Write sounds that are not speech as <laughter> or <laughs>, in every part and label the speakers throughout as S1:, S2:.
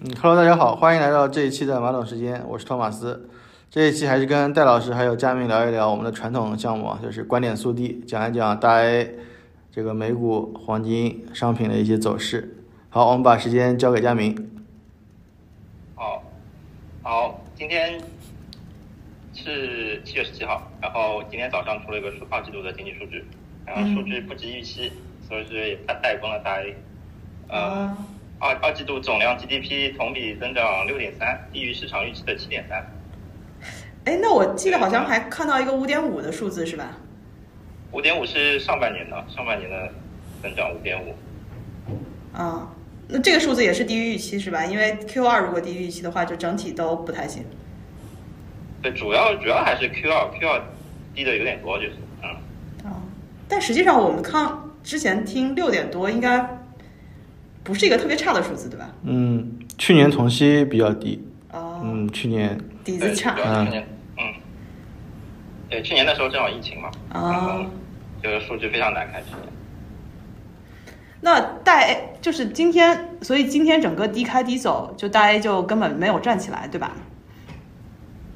S1: 嗯 Hello，大家好，欢迎来到这一期的马总时间，我是托马斯。这一期还是跟戴老师还有佳明聊一聊我们的传统项目，啊，就是观点速递，讲一讲大 A 这个美股、黄金、商品的一些走势。好，我们把时间交给佳明。
S2: 好，好，今天是七月十七号，然后今天早上出了一个二季度的经济数据，然后数据不及预期，所以是也带带崩了大 A。呃，
S3: 嗯啊
S2: 二二季度总量 GDP 同比增长六点三，低于市场预期的七点三。
S3: 哎，那我记得好像还看到一个五点五的数字是吧？
S2: 五点五是上半年的，上半年的增长五点五。
S3: 啊，那这个数字也是低于预期是吧？因为 Q 二如果低于预期的话，就整体都不太行。
S2: 对，主要主要还是 Q 二 Q 二低的有点多，就是嗯，
S3: 啊，但实际上我们看之前听六点多，应该不是一个特别差的数字对吧？
S1: 嗯，去年同期比较低，
S3: 啊，
S1: 嗯，去年
S3: 底
S2: 对，主
S3: 子差
S2: 要是去年嗯，对，去年那时候正好疫情嘛，然后
S3: 啊。
S2: 这个数据非常难看，去年。
S3: 那大 A 就是今天，所以今天整个低开低走，就大 A 就根本没有站起来，对吧？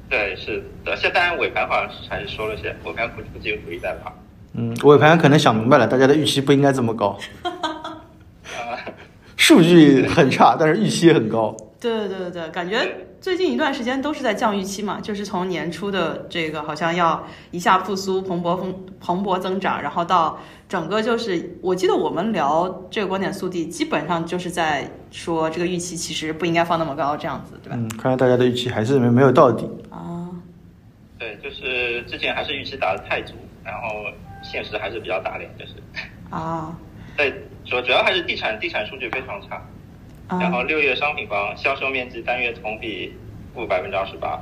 S2: 对，是的，现在当然尾盘好像是还是收了些，尾盘估计估计有主力在跑。
S1: 嗯，尾盘可能想明白了，大家的预期不应该这么高，数据很差，但是预期也很高。
S3: 对对对对，感觉最近一段时间都是在降预期嘛，就是从年初的这个好像要一下复苏、蓬勃风蓬勃增长，然后到整个就是，我记得我们聊这个观点速递，基本上就是在说这个预期其实不应该放那么高，这样子，对吧？
S1: 嗯，看来大家的预期还是没没有到底。
S3: 啊，
S2: 对，就是之前还是预期打得太足，然后现实还是比较打脸，就是
S3: 啊
S2: 对，主主要还是地产地产数据非常差，然
S3: 啊
S2: 后六月商品房销售面积单月同比负百分之二十八，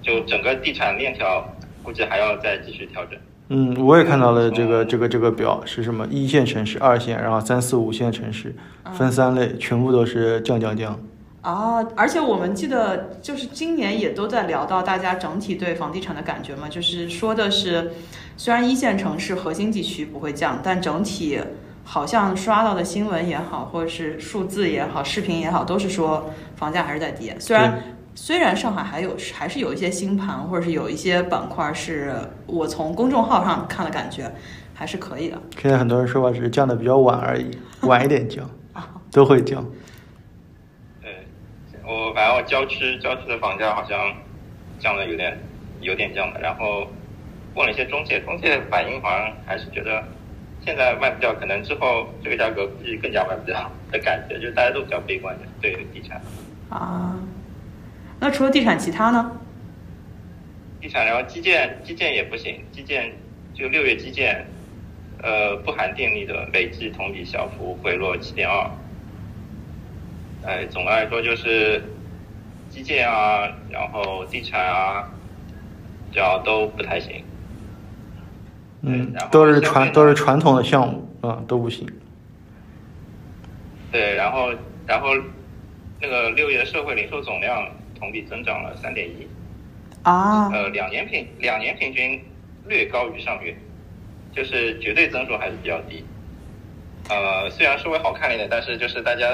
S2: 就整个地产链条估计还要再继续调整。
S1: 嗯，我也看到了这个这个这个表是什么？一线城市、二线，然后三四五线城市分三类，全部都是降降降。
S3: 啊！而且我们记得就是今年也都在聊到大家整体对房地产的感觉嘛，就是说的是，虽然一线城市核心地区不会降，但整体好像刷到的新闻也好，或者是数字也好、视频也好，都是说房价还是在跌。虽然虽然上海还有还是有一些新盘，或者是有一些板块是我从公众号上看的感觉还是可以的。
S1: 现在很多人说话只是降的比较晚而已，晚一点 <laughs> 降都会降。
S2: 对，呃我反正我郊区郊区的房价好像降的有点有点降的，然后问了一些中介，中介反应好像还是觉得现在卖不掉，可能之后这个价格估计更加卖不掉的感觉，就是大家都比较悲观的对地产，
S3: 啊，那除了地产，其他呢？
S2: 地产，然后基建基建也不行，基建就六月基建，呃，不含电力的累计同比小幅回落七点二。哎，总的来说就是基建啊，然后地产啊，这样都不太行。
S1: 嗯
S2: 对然后，
S1: 都是
S2: 消费
S1: 传
S2: 呢
S1: 都是传统的项目啊、都不行。
S2: 对，然后然后那个六月社会零售总量同比增长了三点一，
S3: 啊
S2: 呃，两年平两年平均略高于上月，就是绝对增速还是比较低。呃，虽然稍微好看一点，但是就是大家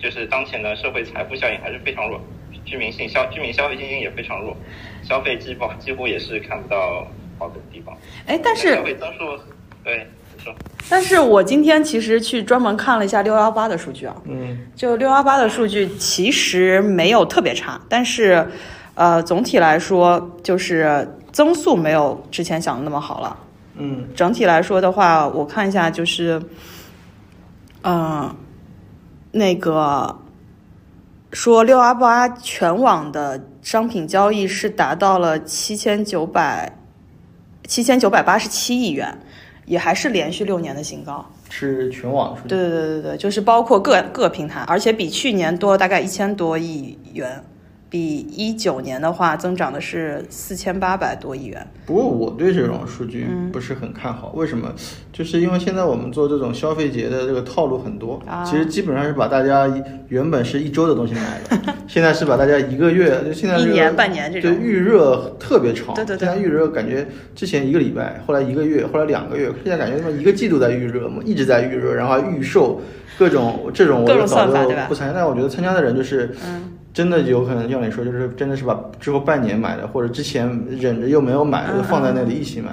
S2: 就是当前的社会财富效应还是非常弱，居民性消居民消费信心也非常弱，消费几乎几乎也是看不到好的地方。
S3: 哎，但是
S2: 消费增速，对，你说
S3: 但是我今天其实去专门看了一下六幺八的数据啊，
S1: 嗯，
S3: 就六幺八的数据其实没有特别差，但是，呃，总体来说就是增速没有之前想的那么好了。
S1: 嗯，
S3: 整体来说的话，我看一下就是，嗯、那个说六幺八全网的商品交易是达到了七千九百七千九百八十七亿元，也还是连续六年的新高。
S1: 是全网数据。
S3: 对对对对对，就是包括各各平台，而且比去年多了大概一千多亿元，比一九年的话增长的是四千八百多亿元。
S1: 不过我对这种数据
S3: 嗯
S1: 不是很看好，为什么？就是因为现在我们做这种消费节的这个套路很多，
S3: 啊
S1: 其实基本上是把大家一原本是一周的东西买
S3: <laughs>
S1: 了，现在是把大家一个月，就现在
S3: 一
S1: 这个
S3: 年半年这种
S1: 对预热特别长，
S3: 对对
S1: 现
S3: 对
S1: 在预热感觉之前一个礼拜，后来一个月，后来两个月，现在感觉他妈一个季度在预热嘛，一直在预热，然后还预售各种这种我
S3: 各种
S1: 就早
S3: 算法
S1: 就
S3: 对吧
S1: 不参加，但我觉得参加的人就是。
S3: 嗯，
S1: 真的有可能像你说，就是真的是把之后半年买的，或者之前忍着又没有买的，
S3: 嗯
S1: 放在那里一起买。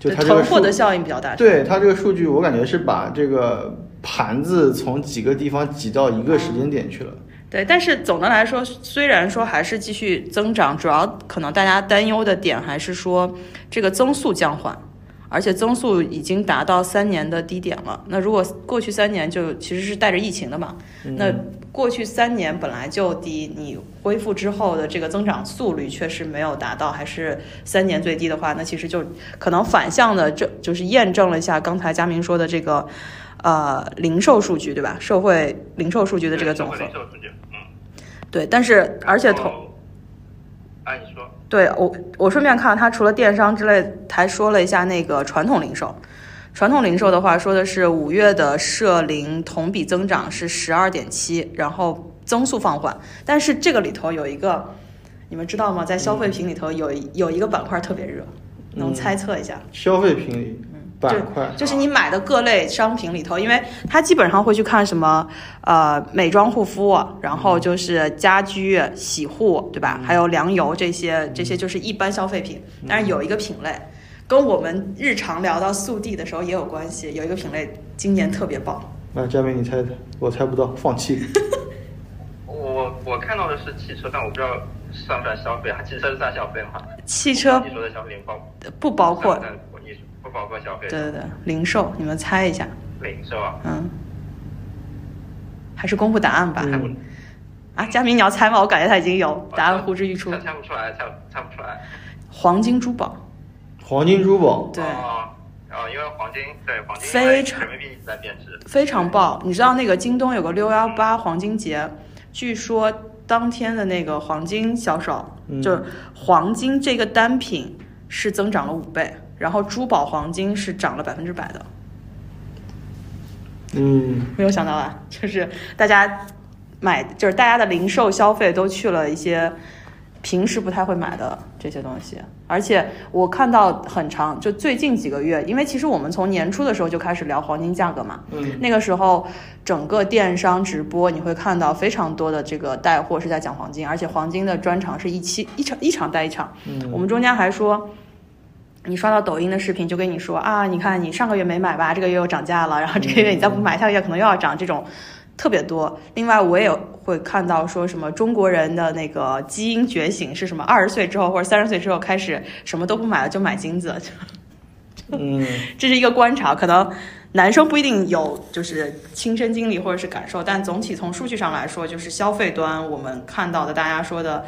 S1: 就
S3: 对，
S1: 它这个
S3: 囤
S1: 数
S3: 货，的效应比较大。
S1: 对它这个数据，我感觉是把这个盘子从几个地方挤到一个时间点去了。
S3: 对，但是总的来说，虽然说还是继续增长，主要可能大家担忧的点还是说这个增速降缓，而且增速已经达到三年的低点了。那如果过去三年就其实是带着疫情的嘛，那过去三年本来就低，你恢复之后的这个增长速率确实没有达到，还是三年最低的话，那其实就可能反向的，这就是验证了一下刚才佳明说的这个。呃，零售数据对吧？社会零售数据的这个总和，
S2: 社会零售数据，嗯，
S3: 对，但是而且
S2: 然
S3: 同
S2: 后，啊，你说，
S3: 对我我顺便看了他除了电商之类，还说了一下那个传统零售。传统零售的话，说的是五月的社零同比增长是十二点七，然后增速放缓。但是这个里头有一个，你们知道吗？在消费品里头有一有一个板块特别热，能
S1: 嗯
S3: 猜测一下？
S1: 消费品板块，
S3: 嗯就是你买的各类商品里头，因为他基本上会去看什么，呃，美妆护肤，然后就是家居洗护，对吧？还有粮油这些，这些就是一般消费品。但是有一个品类，跟我们日常聊到速递的时候也有关系，有一个品类今年特别棒，
S1: 来，佳明你猜猜，我猜不到，放弃。 <laughs>
S2: 我我看到的是汽车，但我不知道算不算消费啊？汽车是算消费吗？
S3: 汽车
S2: 你说的消费包
S3: 不包括
S2: 算，不算你不包括消费
S3: 对，对对，零售，你们猜一下，
S2: 零售啊，
S3: 嗯，还是公布答案吧。
S1: 嗯
S2: 猜不
S3: 啊，佳明你要猜吗？我感觉他已经有答案呼之欲出
S2: 猜，猜不出来，猜不猜不出来。
S3: 黄金珠宝，
S1: 黄金珠宝，
S3: 对。
S2: 哦，哦因为黄金对黄金因为
S3: 非常
S2: 人民币一直在贬值，
S3: 非常爆。你知道那个京东有个六幺八黄金节，据说当天的那个黄金销售，
S1: 嗯
S3: 就是黄金这个单品是增长了五倍，然后珠宝黄金是涨了百分之百的。
S1: 嗯，
S3: 没有想到啊，就是大家买，就是大家的零售消费都去了一些平时不太会买的这些东西。而且我看到很长，就最近几个月，因为其实我们从年初的时候就开始聊黄金价格嘛，
S1: 嗯，
S3: 那个时候整个电商直播你会看到非常多的这个带货是在讲黄金，而且黄金的专场是一期一场一场带一场，
S1: 嗯
S3: 我们中间还说。你刷到抖音的视频，就跟你说啊，你看你上个月没买吧，这个月又涨价了，然后这个月你再不买，下个月可能又要涨，这种特别多。另外，我也会看到说什么中国人的那个基因觉醒是什么，二十岁之后或者三十岁之后开始什么都不买了，就买金子，
S1: 嗯，
S3: 这是一个观察，可能男生不一定有就是亲身经历或者是感受，但总体从数据上来说，就是消费端我们看到的大家说的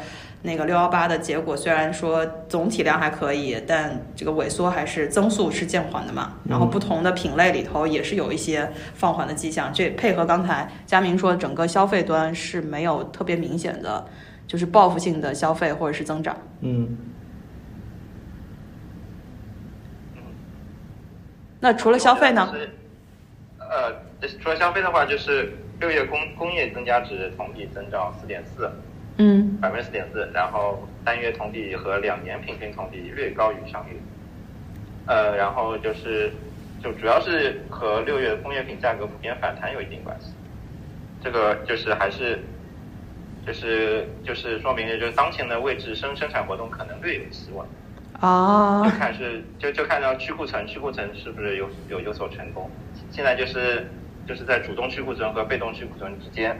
S3: 那个六幺八的结果，虽然说总体量还可以，但这个萎缩还是增速是渐缓的嘛。
S1: 嗯
S3: 然后不同的品类里头也是有一些放缓的迹象，这配合刚才佳明说，整个消费端是没有特别明显的。就是报复性的消费或者是增长，
S1: 嗯，
S3: 那除了消费呢？
S2: 就是？呃，除了消费的话，就是六月工工业增加值同比增长四点四，
S3: 嗯，
S2: 百分之四点四，然后单月同比和两年平均同比略高于上月。呃，然后就是就主要是和六月工业品价格普遍反弹有一定关系。这个就是还是就是就是说明了就是当前的位置生生产活动可能略有希望，
S3: 啊
S2: 就，看是就就看到去库存去库存是不是有有有所成功。现在就是就是在主动去库存和被动去库存之间，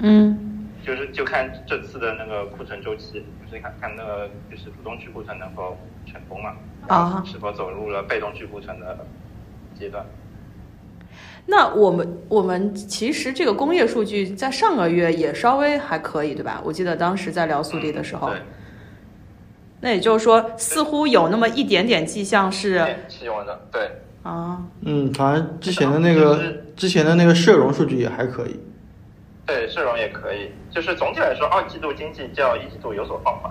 S3: 嗯，
S2: 就是就看这次的那个库存周期，就是看看那个就是主动去库存能否成功嘛，然后
S3: 啊
S2: 是否走入了被动去库存的阶段。
S3: 那我们我们其实这个工业数据在上个月也稍微还可以，对吧？我记得当时在聊速递的时候，
S2: 嗯对
S3: 那也就是说似乎有那么一点点迹象是
S2: 对是有的，对，
S3: 啊，
S1: 嗯，好像之前的那个之前的那个社融数据也还可以。
S2: 对，社融也可以。就是总体来说，二季度经济较一季度有所放缓，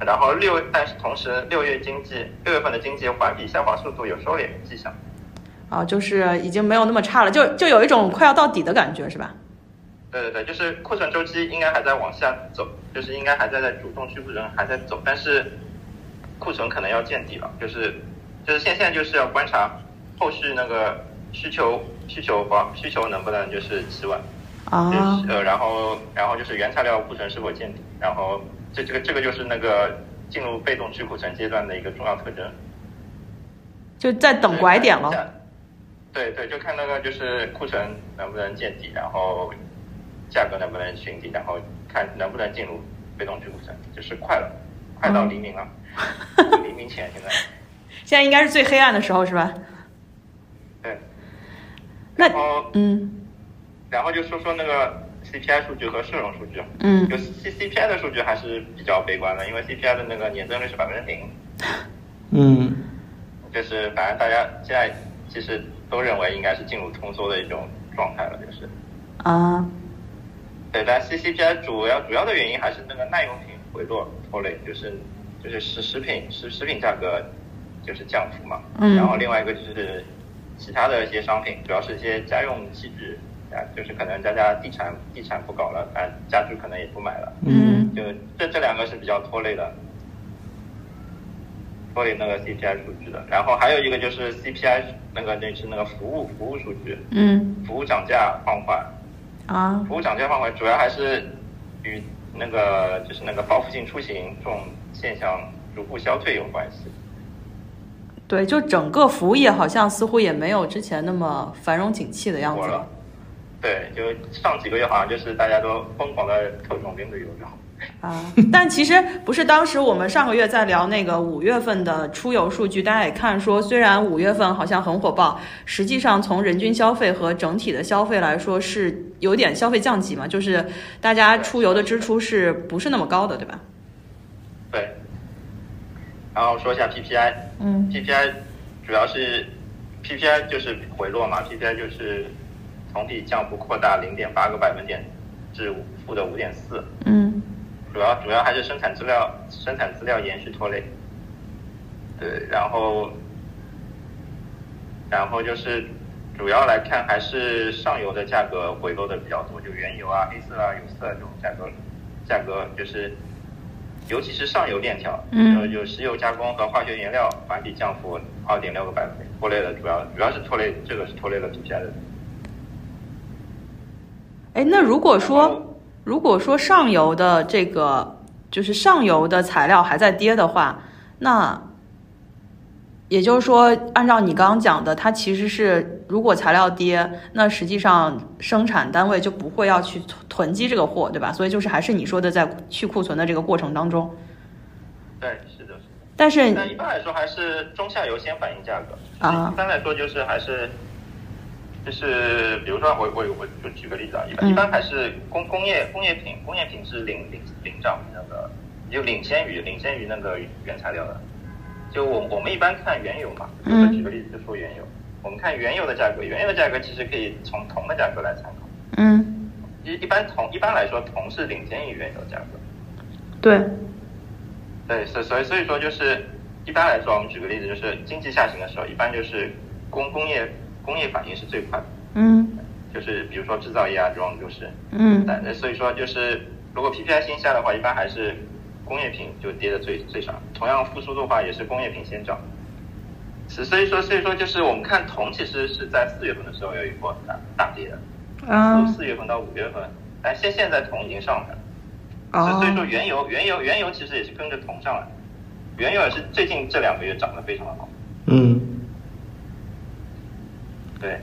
S2: 然后六，但是同时六月经济六月份的经济环比下滑速度有收敛的迹象。
S3: 啊，就是已经没有那么差了，就就有一种快要到底的感觉，是吧？
S2: 对对对，就是库存周期应该还在往下走，就是应该还在在主动去库存还在走，但是库存可能要见底了，就是就是现在就是要观察后续那个需求需求方需求能不能就是企稳，
S3: 啊
S2: 就是呃然后然后就是原材料库存是否见底，然后这这个这个就是那个进入被动去库存阶段的一个重要特征。
S3: 就在等拐点了。
S2: 对对，就看那个就是库存能不能见底，然后价格能不能寻底，然后看能不能进入被动去库存，就是快了，
S3: 嗯
S2: 快到黎明
S3: <laughs>
S2: 了，黎明前现在。
S3: 现在应该是最黑暗的时候，是吧？
S2: 对，
S3: 那
S2: 然后
S3: 嗯
S2: 然后就说说那个 CPI 数据和社融数据，
S3: 嗯
S2: 就 C CPI 的数据还是比较悲观的，因为 CPI 的那个年增率是百分之零，
S1: 嗯
S2: 就是反正大家现在其实都认为应该是进入通缩的一种状态了，就是。
S3: 啊
S2: 对，但 CCPI 主要主要的原因还是那个耐用品回落拖累，就是就是食食品食食品价格就是降幅嘛，
S3: 嗯
S2: 然后另外一个就是其他的一些商品，主要是一些家用器具，啊，就是可能大家地产地产不搞了，反正家具可能也不买了，
S1: 嗯
S2: 就这这两个是比较拖累的，拖累那个 CPI 数据的。然后还有一个就是 CPI 那个就是那个服务服务数据，
S3: 嗯
S2: 服务涨价放缓，
S3: 啊
S2: 服务涨价放缓主要还是与那个就是那个报复性出行这种现象逐步消退有关系。
S3: 对，就整个服务业好像似乎也没有之前那么繁荣景气的样子
S2: 火了。对，就上几个月好像就是大家都疯狂的特种兵的游泳。
S3: 啊， <laughs> 但其实不是。当时我们上个月在聊那个五月份的出游数据，大家也看说，虽然五月份好像很火爆，实际上从人均消费和整体的消费来说是有点消费降级嘛，就是大家出游的支出是不是那么高的，对吧？
S2: 对，然后说一下 PPI，
S3: 嗯
S2: PPI 主要是 PPI 就是回落嘛，PPI 就是同比降幅扩大零点八个百分点至负的五点四，
S3: 嗯
S2: 主要主要还是生产资料生产资料延续拖累。对，然后然后就是主要来看还是上游的价格回落的比较多，就原油啊、黑色啊、有色啊这种价格价格就是。尤其是上游链条，
S3: 嗯
S2: 有有石油加工和化学原料环比降幅二点六个百分点，拖累了主要主要是拖累这个是拖累了 PPI 的
S3: 哎，那如果
S2: 然
S3: 说
S2: 后
S3: 如果说上游的这个就是上游的材料还在跌的话，那也就是说，按照你刚刚讲的，它其实是如果材料跌，那实际上生产单位就不会要去囤囤积这个货，对吧？所以就是还是你说的在去库存的这个过程当中，
S2: 对，是的，是的。
S3: 但是
S2: 但一般来说还是中下游先反映价格。
S3: 啊
S2: 一般来说就是还是，就是比如说我我我就举个例子啊，一般、
S3: 嗯
S2: 一般还是工工业工业品工业品是领领领涨于那个，就领先于领先于那个原材料的。就我我们一般看原油嘛，比如说
S3: 嗯
S2: 举个例子就说原油，我们看原油的价格，原油的价格其实可以从铜的价格来参考。
S3: 嗯，
S2: 一一般铜一般来说铜是领先于原油价格。
S3: 对，
S2: 对，所所以所以说就是一般来说，我们举个例子，就是经济下行的时候，一般就是工工业工业反应是最快的，
S3: 嗯
S2: 就是比如说制造业啊这种就是，
S3: 嗯
S2: 但所以说就是如果 PPI 先下的话，一般还是工业品就跌的最最少，同样复苏的话也是工业品先涨。所所以说所以说就是我们看铜其实是在四月份的时候有一波大大跌的，
S3: 嗯
S2: 四四月份到五月份，但现现在铜已经上来了。
S3: 哦
S2: 所以说原油，原油，原油其实也是跟着同上来，原油也是最近这两个月涨得非常的好。
S1: 嗯
S2: 对，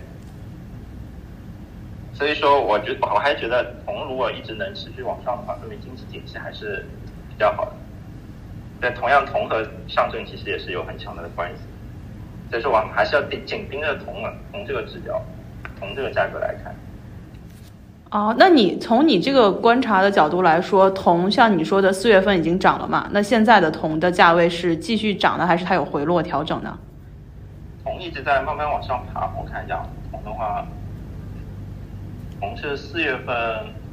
S2: 所以说我觉得我还觉得铜如果一直能持续往上的话，说明经济景气还是比较好的。但同样，铜和上证其实也是有很强的关系，所以说我们还是要紧紧盯着铜了，铜这个指标，铜这个价格来看。
S3: 哦，那你从你这个观察的角度来说，铜像你说的四月份已经涨了嘛？那现在的铜的价位是继续涨呢，还是它有回落调整呢？
S2: 铜一直在慢慢往上爬，我看一下，铜的话，从是四月份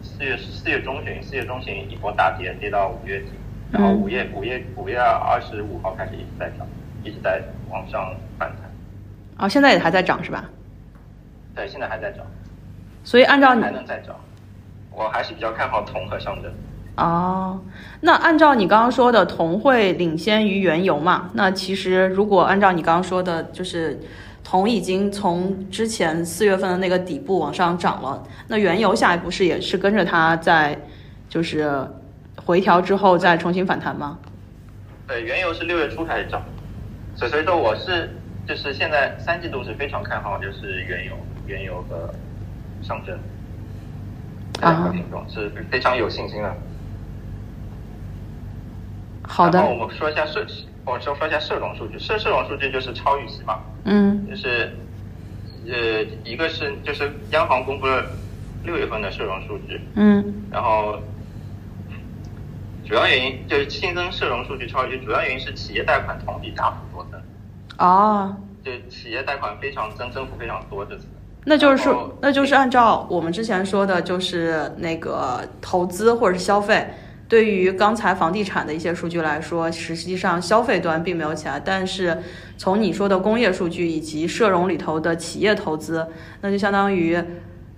S2: 四月四月中旬四月中旬一波大跌，跌到五月底，然后
S3: 嗯
S2: 五月五月五月二十五号开始一直在涨，一直在往上反弹，
S3: 哦，现在也还在涨是吧？
S2: 对，现在还在涨，
S3: 所以按照你
S2: 还能再涨，我还是比较看好铜和上证。
S3: 哦，那按照你刚刚说的，铜会领先于原油嘛？那其实如果按照你刚刚说的，就是铜已经从之前四月份的那个底部往上涨了，那原油下一步是也是跟着它在就是回调之后再重新反弹吗？
S2: 对，呃原油是六月初开始涨，所以所以说我是就是现在三季度是非常看好就是原油、原油和上证这
S3: 啊
S2: 两个品种是非常有信心的。
S3: 好
S2: 然
S3: 的
S2: 后，我们说一下社，我说说一下社融数据，社社融数据就是超预期嘛，
S3: 嗯
S2: 就是呃一个是就是央行公布了六月份的社融数据，
S3: 嗯
S2: 然后主要原因就是新增社融数据超预期，主要原因是企业贷款同比大幅多增。
S3: 哦，
S2: 就是企业贷款非常增，增幅非常多这次。
S3: 那就是
S2: 然后
S3: 说，那就是按照我们之前说的，就是那个投资或者是消费，对于刚才房地产的一些数据来说，实际上消费端并没有起来，但是从你说的工业数据以及社融里头的企业投资，那就相当于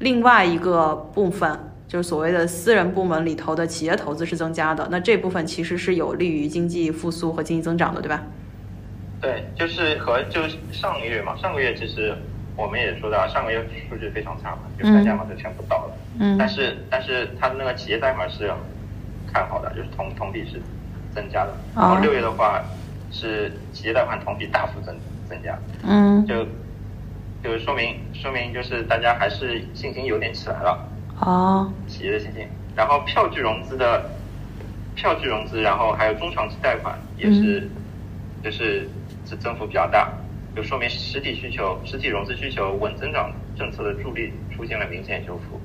S3: 另外一个部分，就是所谓的私人部门里头的企业投资是增加的，那这部分其实是有利于经济复苏和经济增长的，对吧？
S2: 对，就是和就是上个月嘛，上个月其实我们也说到，上个月数据非常差嘛，就
S3: 嗯
S2: 三家嘛就全部倒了。
S3: 嗯
S2: 但是但是它的那个企业贷款是看好的，就是同同比是增加的。然后
S3: 哦
S2: 六月的话是企业贷款同比大幅增增加，
S3: 嗯，
S2: 就就说明说明就是大家还是信心有点起来了。
S3: 哦，
S2: 企业的信心。然后票据融资的票据融资，然后还有中长期贷款也是，就是这增幅比较大，就说明实体需求、实体融资需求稳增长政策的助力出现了明显修复，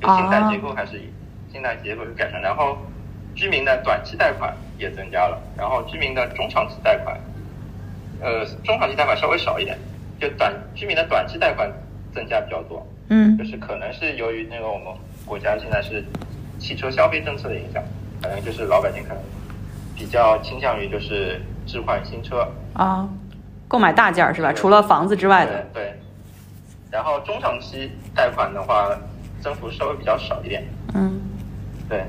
S2: 就信贷结构还是以信贷结构有改善，然后居民的短期贷款也增加了，然后居民的中长期贷款，呃，中长期贷款稍微少一点，就短居民的短期贷款增加比较多，
S3: 嗯
S2: 就是可能是由于那个我们国家现在是汽车消费政策的影响，可能就是老百姓可能比较倾向于就是置换新车，
S3: 啊，购买大件儿是吧？除了房子之外的。
S2: 对对。然后中长期贷款的话，增幅稍微比较少一点，
S3: 嗯
S2: 对。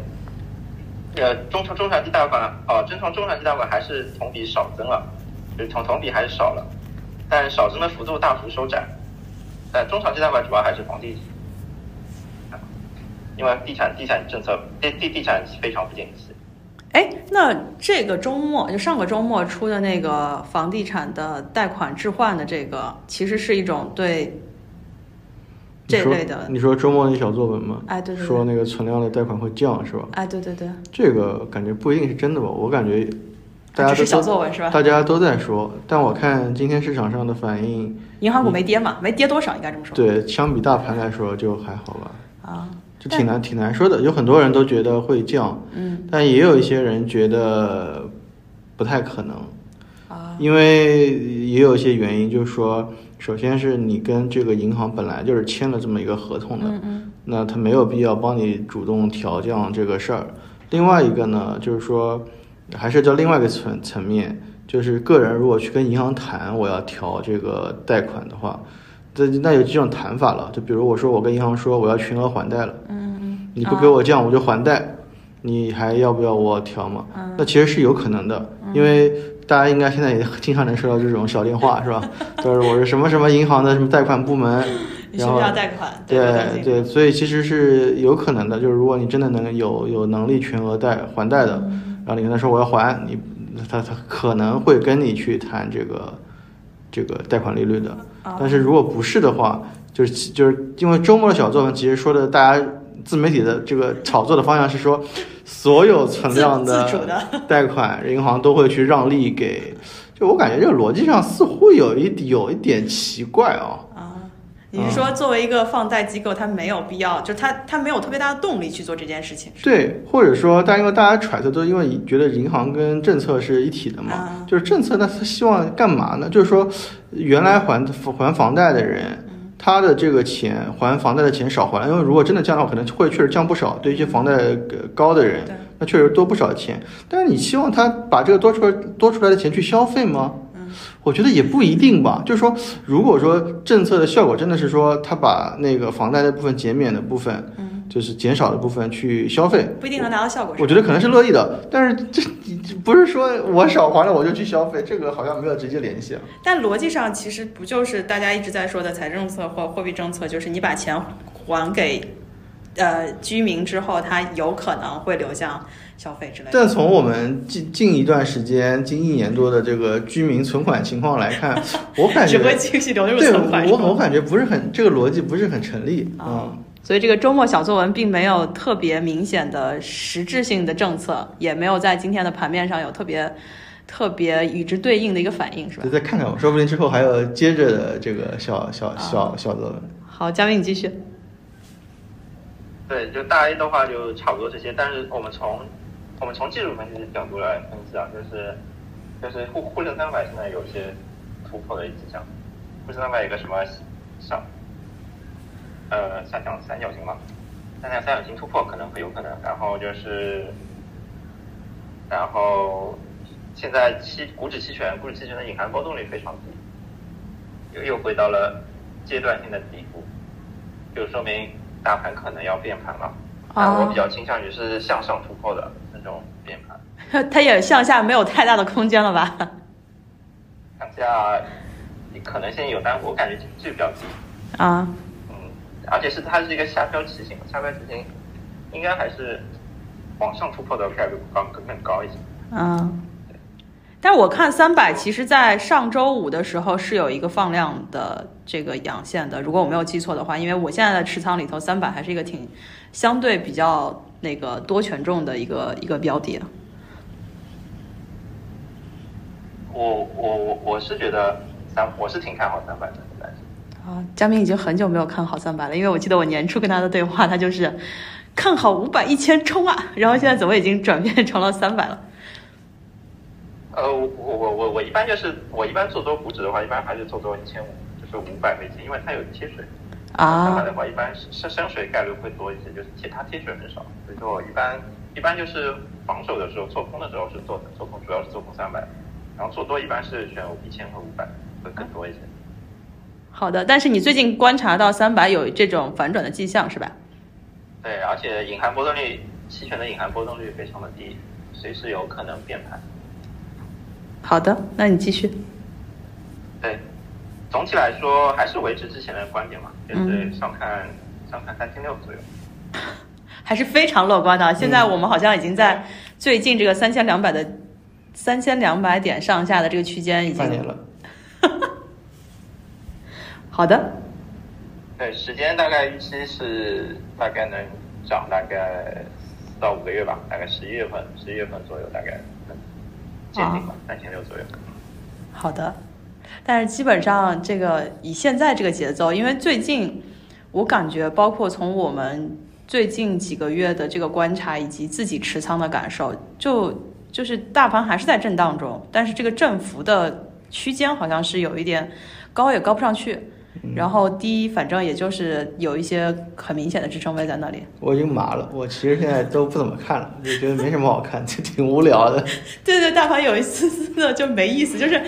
S2: 呃，中长中长期贷款哦，正常中长期贷款还是同比少增了，就是同同比还是少了，但少增的幅度大幅收窄。但中长期贷款主要还是房地产，因为地产地产政策地地地产非常不景气。，
S3: 哎，那这个周末就上个周末出的那个房地产的贷款置换的这个，其实是一种对
S1: 你
S3: 这
S1: 说
S3: 类的，
S1: 你说周末那小作文吗？
S3: 哎对对对
S1: 说那个存量的贷款会降是吧？
S3: 哎，对对对，
S1: 这个感觉不一定是真的吧？我感觉大家都
S3: 啊这是小作文是吧？
S1: 大家都在说，但我看今天市场上的反应，
S3: 银行股没跌嘛，没跌多少，应该这么说。
S1: 嗯对，相比大盘来说就还好吧，
S3: 啊，
S1: 就挺难挺难说的。有很多人都觉得会降，
S3: 嗯
S1: 但也有一些人觉得不太可能，
S3: 啊，
S1: 因为也有一些原因，就是说，首先是你跟这个银行本来就是签了这么一个合同的，
S3: 嗯嗯
S1: 那他没有必要帮你主动调降这个事儿。另外一个呢，就是说，还是叫另外一个层层面，就是个人如果去跟银行谈我要调这个贷款的话，这那有几种谈法了。就比如我说我跟银行说我要全额还贷了，
S3: 嗯
S1: 你不给我降我就还贷，你还要不要我调嘛？
S3: 嗯
S1: 那其实是有可能的，因为大家应该现在也经常能收到这种小电话，是
S3: <laughs>
S1: 吧？就是我是什么什么银行的什么贷款部门，
S3: 你需
S1: 然
S3: 不
S1: 后
S3: 需要贷款？
S1: 对
S3: 对，
S1: 对，所以其实是有可能的，就是如果你真的能有有能力全额贷还贷的，
S3: 嗯
S1: 然后你跟他说我要还，你他他可能会跟你去谈这个这个贷款利率的。
S3: 哦
S1: 但是如果不是的话，就是其就是因为周末的小作文其实说的大家。自媒体的这个炒作的方向是说，所有存量啊
S3: 自自主的
S1: <laughs> 贷款银行都会去让利给，就我感觉这个逻辑上似乎有一有一点奇怪哦。
S3: 啊，你是说作为一个放贷机构，它没有必要，就是它它没有特别大的动力去做这件事情，是吧
S1: 对，或者说，大家因为大家揣测都因为觉得银行跟政策是一体的嘛，
S3: 啊
S1: 呃
S3: 嗯
S1: 就是政策那他希望干嘛呢？就是说，原来还还房贷的人，他的这个钱还房贷的钱少还，因为如果真的降的话，可能会确实降不少。对一些房贷呃高的人
S3: 对，
S1: 那确实多不少钱。但是你希望他把这个多出来多出来的钱去消费吗？
S3: 嗯
S1: 我觉得也不一定吧。就是说，如果说政策的效果真的是说他把那个房贷的部分减免的部分，
S3: 嗯，
S1: 就是减少的部分去消费，
S3: 不一定能达到效果。
S1: 我觉得可能是乐意的。但是这你这不是说我少还了我就去消费，这个好像没有直接联系啊。
S3: 但逻辑上其实不就是大家一直在说的财政政策或货币政策，就是你把钱还给呃居民之后，它有可能会流向消费之类的。
S1: 但从我们近近一段时间、近一年多的这个居民存款情况来看，我感
S3: <laughs> 只
S1: 觉
S3: 会继续流入
S1: 对
S3: 存款。是
S1: 我
S3: 吗
S1: 我感觉不是很这个逻辑不是很成立
S3: 哦
S1: 啊、
S3: 所以这个周末小作文并没有特别明显的实质性的政策，也没有在今天的盘面上有特别特别与之对应的一个反应，是吧
S1: 就？再看看吧，说不定之后还有接着的这个小
S3: 啊
S1: 小小小作文。
S3: 好，嘉宾你继续。 <laughs>
S2: 对，就大 A 的话就差不多这些，但是我们从我们从技术分析的角度来分析啊，就是就是沪沪深三百现在有一些突破的迹象，沪深三百有个什么上呃下降三角形嘛，下降三角形突破可能会有可能，然后就是然后现在期股指期权股指期权的隐含波动率非常低，又又回到了阶段性的底部，就说明大盘可能要变盘了。但我比较倾向于是向上突破的那种变盘，
S3: 它也向下没有太大的空间了吧？ <laughs>
S2: 向下可能性有，但我感觉几率比较低。
S3: 啊，
S2: 嗯，而且是它是一个下标骑行，下标骑行应该还是往上突破的概率高更更高一些。
S3: 嗯。但我看三百，其实在上周五的时候是有一个放量的这个阳线的，如果我没有记错的话，因为我现在的持仓里头三百还是一个挺相对比较那个多权重的一个一个标的。
S2: 我我我我是觉得三，我是挺看好三百的，但是
S3: 啊，嘉宾已经很久没有看好三百了，因为我记得我年初跟他的对话，他就是看好五百一千冲啊，然后现在怎么已经转变成了三百了？
S2: 呃，我我我我一般就是我一般做多股指的话，一般还是做多一千五，就是五百美金，因为它有贴水。上海
S3: 啊
S2: 的话，一般深深水概率会多一些，就是贴它贴水很少，所以说我一般一般就是防守的时候做空的时候是做做空，主要是做空三百，然后做多一般是选一千和五百会更多一些。
S3: 好的，但是你最近观察到三百有这种反转的迹象是吧？
S2: 对，而且隐含波动率期权的隐含波动率非常的低，随时有可能变盘。
S3: 好的，那你继续。
S2: 对，总体来说还是维持之前的观点嘛，就是上看、上看三千六左右。
S3: 还是非常乐观的。现在我们好像已经在最近这个三千两百的三千两百点上下的这个区间已
S1: 半年
S3: 经
S1: 了，
S3: 好的，
S2: 对，时间大概预期是大概能涨大概四到五个月吧，大概十一月份、十一月份左右大概能接近吧，三千六左右。
S3: 好的。但是基本上这个以现在这个节奏，因为最近我感觉，包括从我们最近几个月的这个观察以及自己持仓的感受，就就是大盘还是在震荡中，但是这个振幅的区间好像是有一点高也高不上去，然后低反正也就是有一些很明显的支撑位在那里。
S1: 我已经麻了，我其实现在都不怎么看了，就觉得没什么好看，就挺无聊
S3: <laughs>
S1: 的。
S3: 对对，大盘有一丝丝的就没意思，就是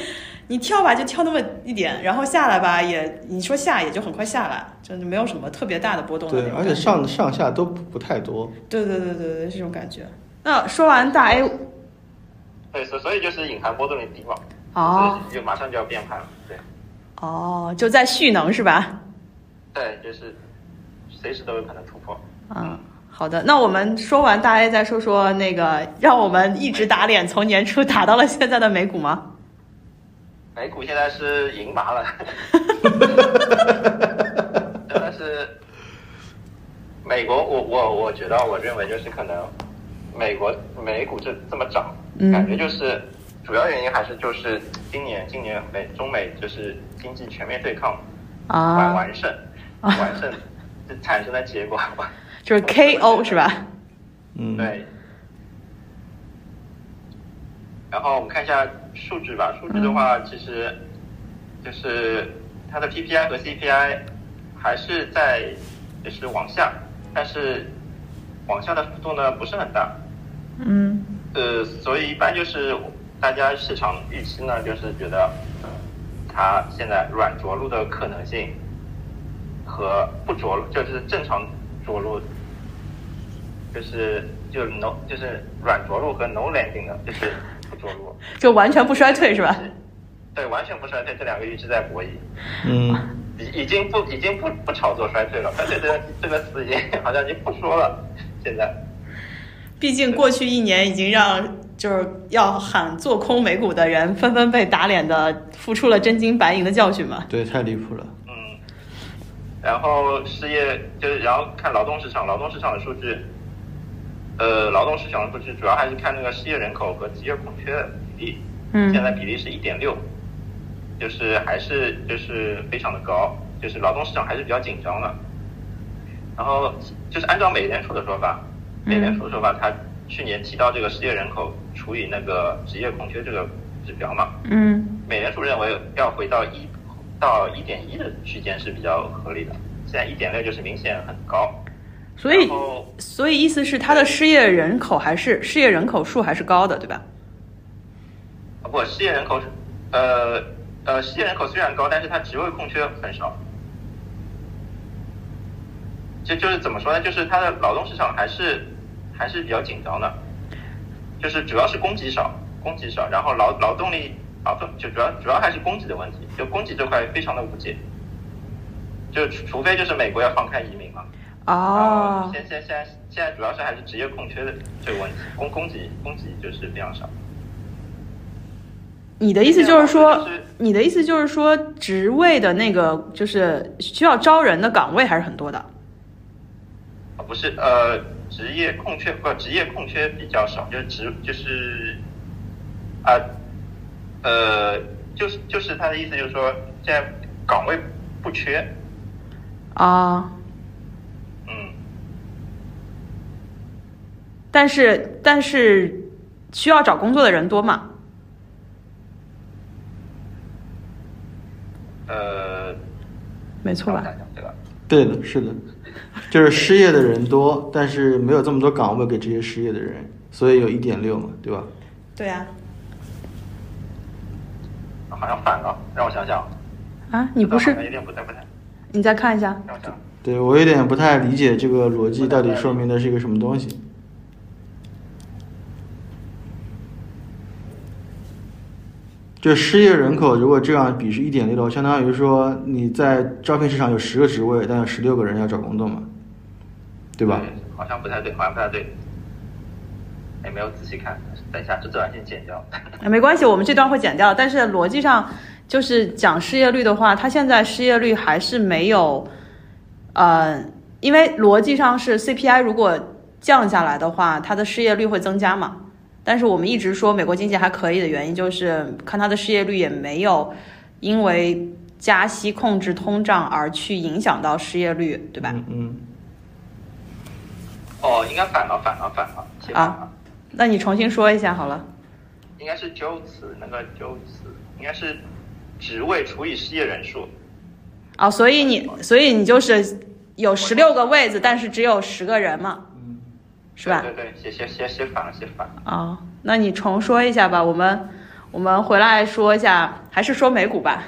S3: 你跳吧就跳那么一点，然后下来吧也你说下也就很快下来，就是没有什么特别大的波动的
S1: 对
S3: 那，种
S1: 而
S3: 感觉。
S1: 且上上下都不不太多。
S3: 对对对对对，这种感觉。那说完大 A
S2: 对，所所以就是隐含波动率低嘛，
S3: 哦
S2: 就是就马上就要变盘了。对，
S3: 哦，就在蓄能是吧？
S2: 对，就是随时都有可能突破。
S3: 嗯，好的。那我们说完大 A，再说说那个让我们一直打脸，从年初打到了现在的美股吗？
S2: 美股现在是赢麻
S3: <laughs>
S2: 了，真的是美国，我我我觉得，我认为就是可能美国美股这这么涨，
S3: 嗯
S2: 感觉就是主要原因还是就是今年今年美中美就是经济全面对抗完
S3: 啊，
S2: 完
S3: <laughs>
S2: 胜
S3: 啊
S2: 完胜这产生的结果，
S3: 就是 KO 是吧？
S1: 嗯，
S2: 对。然后我们看一下数据吧，数据的话，其实就是它的 PPI 和 CPI 还是在就是往下，但是往下的幅度呢不是很大。
S4: 嗯
S2: 呃，所以一般就是大家市场预期呢，就是觉得它现在软着陆的可能性和不着陆，就是正常着陆，就是就是 no 就是软着陆和 no landing 的，就是不着陆，
S3: 就完全不衰退是吧？
S2: 对，完全不衰退，这两个预期在博弈。
S1: 嗯，
S2: 已已经不已经不不炒作衰退了，反正这个这个词已经 <laughs> 好像已经不说了。现在
S3: 毕竟过去一年已经让就是要喊做空美股的人纷纷被打脸的，付出了真金白银的教训嘛。
S1: 对，太离谱了。
S2: 嗯，然后失业就是，然后看劳动市场，劳动市场的数据，呃，劳动市场的数据主要还是看那个失业人口和职业空缺的比例，
S3: 嗯
S2: 现在比例是一点六，就是还是就是非常的高，就是劳动市场还是比较紧张的。然后就是按照美联储的说法，美联储的说法，它去年提到这个失业人口除以那个职业空缺这个指标嘛，
S3: 嗯
S2: 美联储认为要回到一到一点一的区间是比较合理的，现在一点六就是明显很高。
S3: 所
S2: 然
S3: 以
S2: 后
S3: 所以意思是它的失业人口还是失业人口数还是高的，对吧？
S2: 啊不，失业人口是，呃呃，失业人口虽然高，但是它职位空缺很少。就就是怎么说呢？就是它的劳动市场还是还是比较紧张的，就是主要是供给少，供给少，然后劳劳动力劳动就主要主要还是供给的问题，就供给这块非常的无解。就除除非就是美国要放开移民嘛，
S3: 哦，
S2: 现现现在现在主要是还是职业空缺的这个问题，供供给供给就是非常少。
S3: 你的意思就是说
S2: 就是，
S3: 你的意思就是说，职位的那个就是需要招人的岗位还是很多的。
S2: 啊，不是，呃，职业空缺不，职业空缺比较少，就是职就是，啊、呃，就是就是他的意思就是说，现在岗位不缺，
S3: 啊，
S2: 嗯，
S3: 但是但是需要找工作的人多嘛？
S2: 呃，
S3: 没错
S2: 让我
S3: 吧？
S2: 想想这个，
S1: 对的，是的，就是失业的人多，但是没有这么多岗位给这些失业的人，所以有一点六嘛，对吧？
S3: 对啊呀、
S2: 啊好像反了，让我想想，
S3: 啊，你不
S2: 好像
S3: 是
S2: 有点不太不太，
S3: 你再看一下，
S2: 让我想想，
S1: 对我有点不太理解这个逻辑到底说明的是一个什么东西。就失业人口如果这样比是一点六的话，相当于说你在招聘市场有十个职位，但有十六个人要找工作嘛，对吧？
S3: 嗯
S2: 好像不太对，好像不太对，也没有仔细看，等一下，这这段先剪掉。 <laughs>
S3: 哎没关系，我们这段会剪掉。但是逻辑上，就是讲失业率的话，它现在失业率还是没有，呃，因为逻辑上是 CPI 如果降下来的话，它的失业率会增加嘛。但是我们一直说美国经济还可以的原因，就是看它的失业率也没有因为加息控制通胀而去影响到失业率，对吧？
S1: 嗯嗯，
S2: 哦，应该反了，反了，反了，写反了。
S3: 啊那你重新说一下好了。
S2: 应该是 jobs 那个 jobs 应该是职位除以失业人数。
S3: 啊，所以你，所以你就是有十六个位子，但是只有十个人嘛，
S2: 嗯
S3: 是吧？
S2: 对对对，写写写写反了，写反了。
S3: 啊，那你重说一下吧，我们我们回来说一下，还是说美股吧。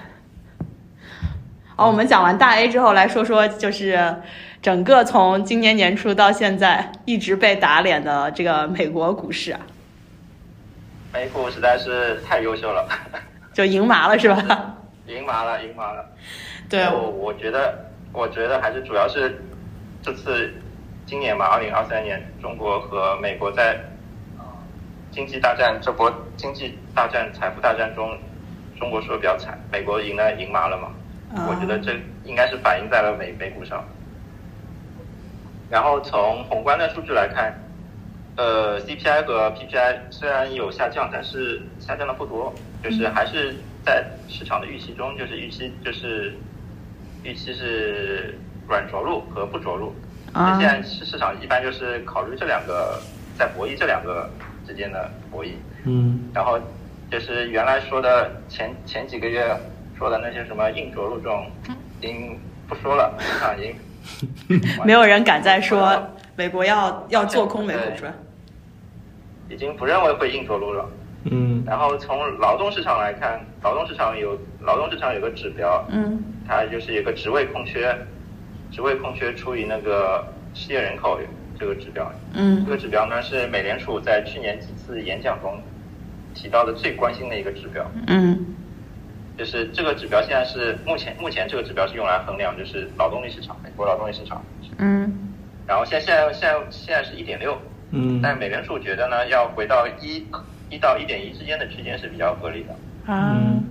S3: 哦好，我们讲完大 A 之后，来说说就是整个从今年年初到现在一直被打脸的这个美国股市啊，
S2: 美股实在是太优秀了， <laughs>
S3: 就赢麻了是吧？ <laughs>
S2: 赢麻了，赢麻了。
S3: 对，啊
S2: 我我觉得，我觉得还是主要是这次今年吧，二零二三年中国和美国在经济大战这波经济大战、财富大战中，中国输的比较惨，美国赢了赢麻了嘛。
S3: 啊
S2: 我觉得这应该是反映在了美美股上。然后从宏观的数据来看，呃，CPI 和 PPI 虽然有下降，但是下降的不多，就是还是在市场的预期中，就是预期就是预期是软着陆和不着陆。
S3: 啊
S2: 那现在市市场一般就是考虑这两个，在博弈这两个之间的博弈。
S1: 嗯，
S2: 然后就是
S3: 嗯
S2: 原来说的前前几个月说的那些什么硬着陆这种，已经不说了，市场已经
S3: <laughs> 没有人敢再说美国要要做空美国是吧？
S2: 已经不认为会硬着陆了。
S1: 嗯
S2: 然后从劳动市场来看，劳动市场有劳动市场有个指标，
S3: 嗯
S2: 它就是有个职位空缺，职位空缺除以那个失业人口这个指标。
S3: 嗯
S2: 这个指标呢是美联储在去年几次演讲中提到的最关心的一个指标，
S3: 嗯
S2: 就是这个指标现在是目前目前这个指标是用来衡量就是劳动力市场，美国劳动力市场。
S3: 嗯
S2: 然后现现在现在现在是一点六，
S1: 嗯
S2: 但美联储觉得呢要回到一一到一点一之间的区间是比较合理的。
S3: 啊。
S1: 嗯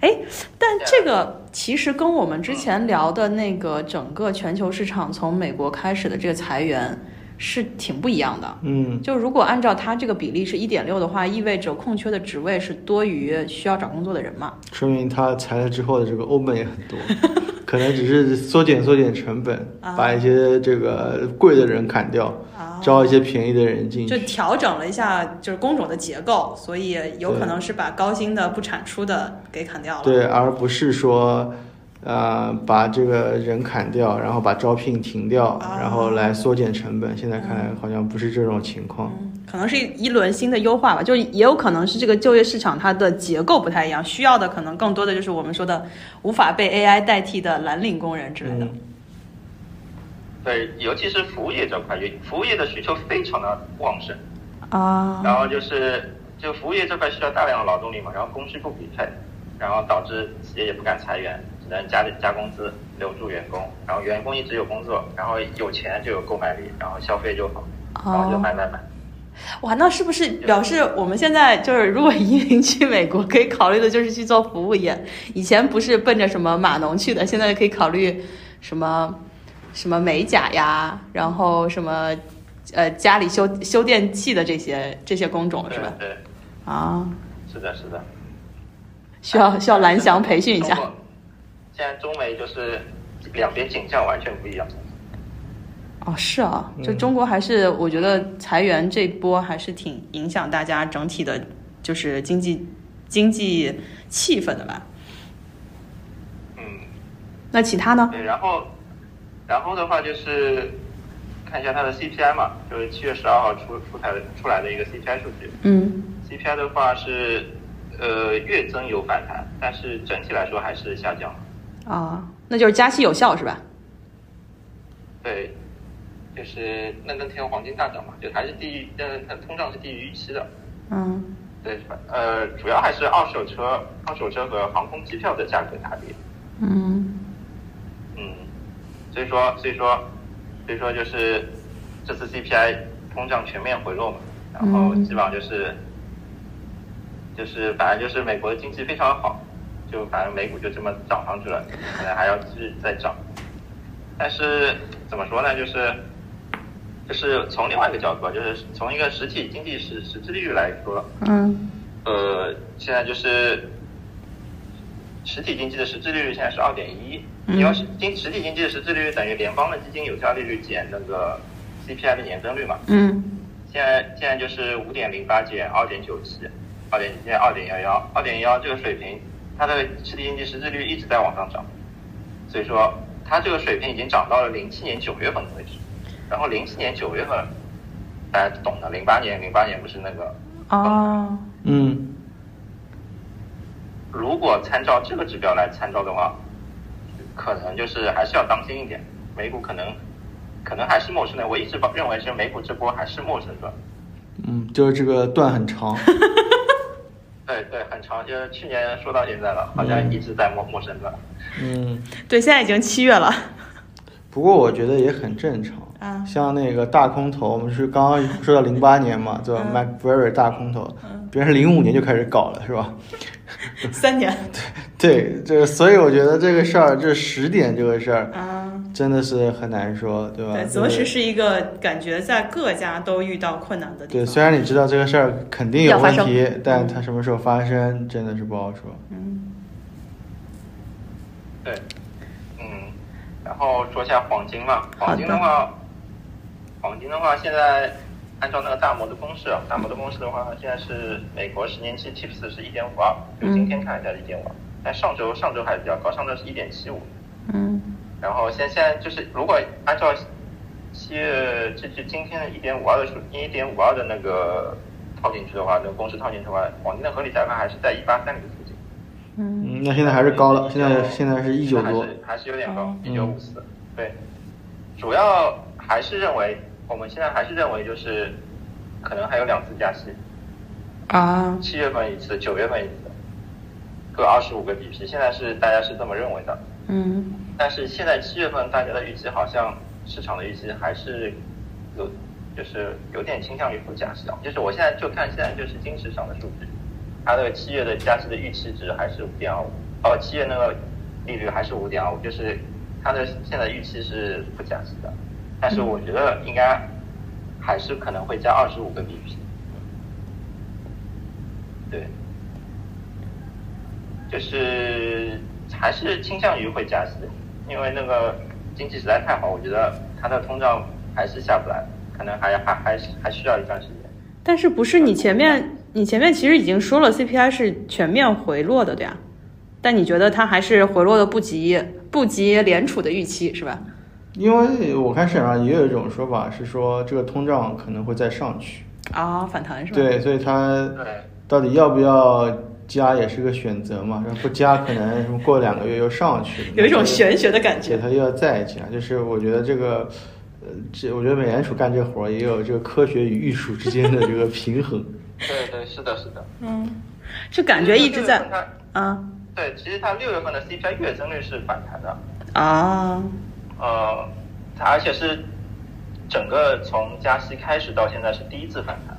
S3: 哎，但这个其实跟我们之前聊的那个整个全球市场从美国开始的这个裁员是挺不一样的。
S1: 嗯
S3: 就如果按照它这个比例是一点六的话，意味着空缺的职位是多于需要找工作的人嘛？
S1: 说明他裁了之后的这个欧本也很多，可能只是缩减缩减成本，
S3: <laughs> 啊
S1: 把一些这个贵的人砍掉，
S3: 啊
S1: 招一些便宜的人进
S3: 就
S1: 去。
S3: 调整了一下就是工种的结构，所以有可能是把高薪的不产出的给砍掉了。
S1: 对，而不是说，呃，把这个人砍掉，然后把招聘停掉，
S3: 啊
S1: 然后来缩减成本。现在看来好像不是这种情况。
S3: 可能是一轮新的优化吧，就是也有可能是这个就业市场它的结构不太一样，需要的可能更多的就是我们说的无法被 AI 代替的蓝领工人之类的。
S1: 嗯
S2: 对，尤其是服务业这块，服务业的需求非常的旺盛，然
S3: 啊，
S2: 后就是就服务业这块需要大量的劳动力嘛，然后供需不匹配，然后导致企业也不敢裁员，只能加加工资，留住员工，然后员工一直有工作，然后有钱就有购买力，然后消费就好，然后就买买买。
S3: 哇，那是不是表示我们现在就是如果移民去美国，可以考虑的就是去做服务业？以前不是奔着什么码农去的，现在可以考虑什么什么美甲呀，然后什么呃家里修修电器的这些这些工种哦是
S2: 对
S3: 吧？
S2: 对，
S3: 啊，
S2: 是的，是的。
S3: 需要需要蓝翔培训一下
S2: 中。国现在中美就是两边景象完全不一样。
S3: 哦，是啊，就
S1: 嗯
S3: 中国还是、我觉得裁员这波还是挺影响大家整体的，就是经济经济气氛的吧。
S2: 嗯，
S3: 那其他呢？
S2: 对，然后，然后的话就是看一下它的 CPI 嘛，就是七月十二号出出台的出来的一个 CPI 数据。
S3: 嗯
S2: CPI 的话是呃月增有反弹，但是整体来说还是下降。
S3: 啊，那就是加息有效是吧？
S2: 对，就是那那天黄金大涨嘛，就还是低于呃它通胀是低于预期的。
S3: 嗯
S2: 对，呃，主要还是二手车、二手车和航空机票的价格下跌。
S3: 嗯
S2: 嗯，所以说，所以说，所以说就是这次 CPI 通胀全面回落嘛，然后
S3: 嗯
S2: 基本上就是、就是反正就是美国的经济非常好，就反正美股就这么涨上去了，可能还要继续再涨。但是怎么说呢，就是就是从另外一个角度，就是从一个实体经济实实质利率来说，
S3: 嗯
S2: 呃，现在就是实体经济的实质利率现在是二点一，
S3: 嗯
S2: 你要是经实体经济的实质利率等于联邦的基金有效利率减那个 CPI 的年增率嘛？
S3: 嗯
S2: 现在现在就是五点零八减二点九七，二点现在二点幺幺，二点幺这个水平，它的实体经济实质利率一直在往上涨，所以说它这个水平已经涨到了零七年九月份的位置，然后零七年九月份大家懂的，零八年零八年不是那个
S3: 啊
S1: 嗯
S2: 如果参照这个指标来参照的话，可能就是还是要当心一点，美股可能可能还是陌生的。我一直认为是美股这波还是陌生的。
S1: 嗯，就是这个段很
S3: <laughs>
S1: 长。
S2: 对对，很长，就是去年说到现在了，好像一直在陌陌生的。
S1: 嗯。
S3: 对，现在已经七月了。
S1: 不过我觉得也很正常。
S3: 啊
S1: 像那个大空头，我们是刚刚说到零八年嘛，对吧
S3: 嗯
S1: m a c b e r r y 大空头，别人零五年就开始搞了，是吧？
S3: 三年
S1: 对，这个所以我觉得这个事儿，这十点这个事儿，
S3: 啊，
S1: 真的是很难说，对吧？
S3: 对，
S1: 就是
S3: 择时是一个感觉在各家都遇到困难的地
S1: 对，
S3: 方。
S1: 虽然你知道这个事儿肯定有
S3: 要发
S1: 问
S3: 生
S1: 题，但它什么时候发生，真的是不好说。
S3: 嗯
S2: 对，嗯，然后说一下黄金吧。黄金的话，黄金的话，现在按照那个大摩的公式，啊，大摩的公式的话，现在是美国十年期 TIPS 是一点五二，就今天看一下是一点五二，但上周上周还比较高，上周是一点七五。
S3: 嗯
S2: 然后现现在就是如果按照七月这至今天的一点五二的数一点五二的那个套进去的话，那个公式套进去的话，黄金的合理价格还是在一八三零附近，
S3: 嗯
S1: 嗯，那现在还是高了，现在现在是一九
S2: 还
S1: 多，
S2: 是还是有点高
S3: 哦，
S2: 一九五四。对，主要还是认为我们现在还是认为就是可能还有两次加息，
S1: 嗯
S3: 啊，
S2: 七月份一次，九月份一次，各二十五个 BP。现在是大家是这么认为的，
S3: 嗯
S2: 但是现在七月份大家的预期好像市场的预期还是有，就是有点倾向于不加息啊。就是我现在就看现在就是金市场的数据，它的七月的加息的预期值还是五点二五，哦，七月那个利率还是五点二五，就是它的现在预期是不加息的，但是我觉得应该还是可能会加二十五个 BP。对，就是还是倾向于会加息，因为那个经济实在太好，我觉得它的通胀还是下不来，可能还还还是还需要一段时间。
S3: 但是不是你前面你前面其实已经说了 CPI 是全面回落的，对呀、但你觉得它还是回落的不及不及联储的预期是吧？
S1: 因为我看市场上也有一种说法是说这个通胀可能会再上去，
S3: 啊，反弹是吧？
S1: 对，所以它
S2: 对，
S1: 到底要不要加也是个选择嘛，然后不加可能什么过两个月又上去了，
S3: 有一种玄学的感
S1: 且
S3: 觉。
S1: 它又要再加，就是我觉得这个，呃，这我觉得美联储干这活儿也有这个科学与艺术之间的这个平衡。
S2: 对对是的是的，
S3: 嗯，就感觉一直
S2: 其实
S3: 在
S2: 六月份
S3: 啊
S2: 它对，其实它六月份的 CPI 月增率是反弹的，
S3: 啊，
S2: 呃，它而且是整个从加息开始到现在是第一次反弹，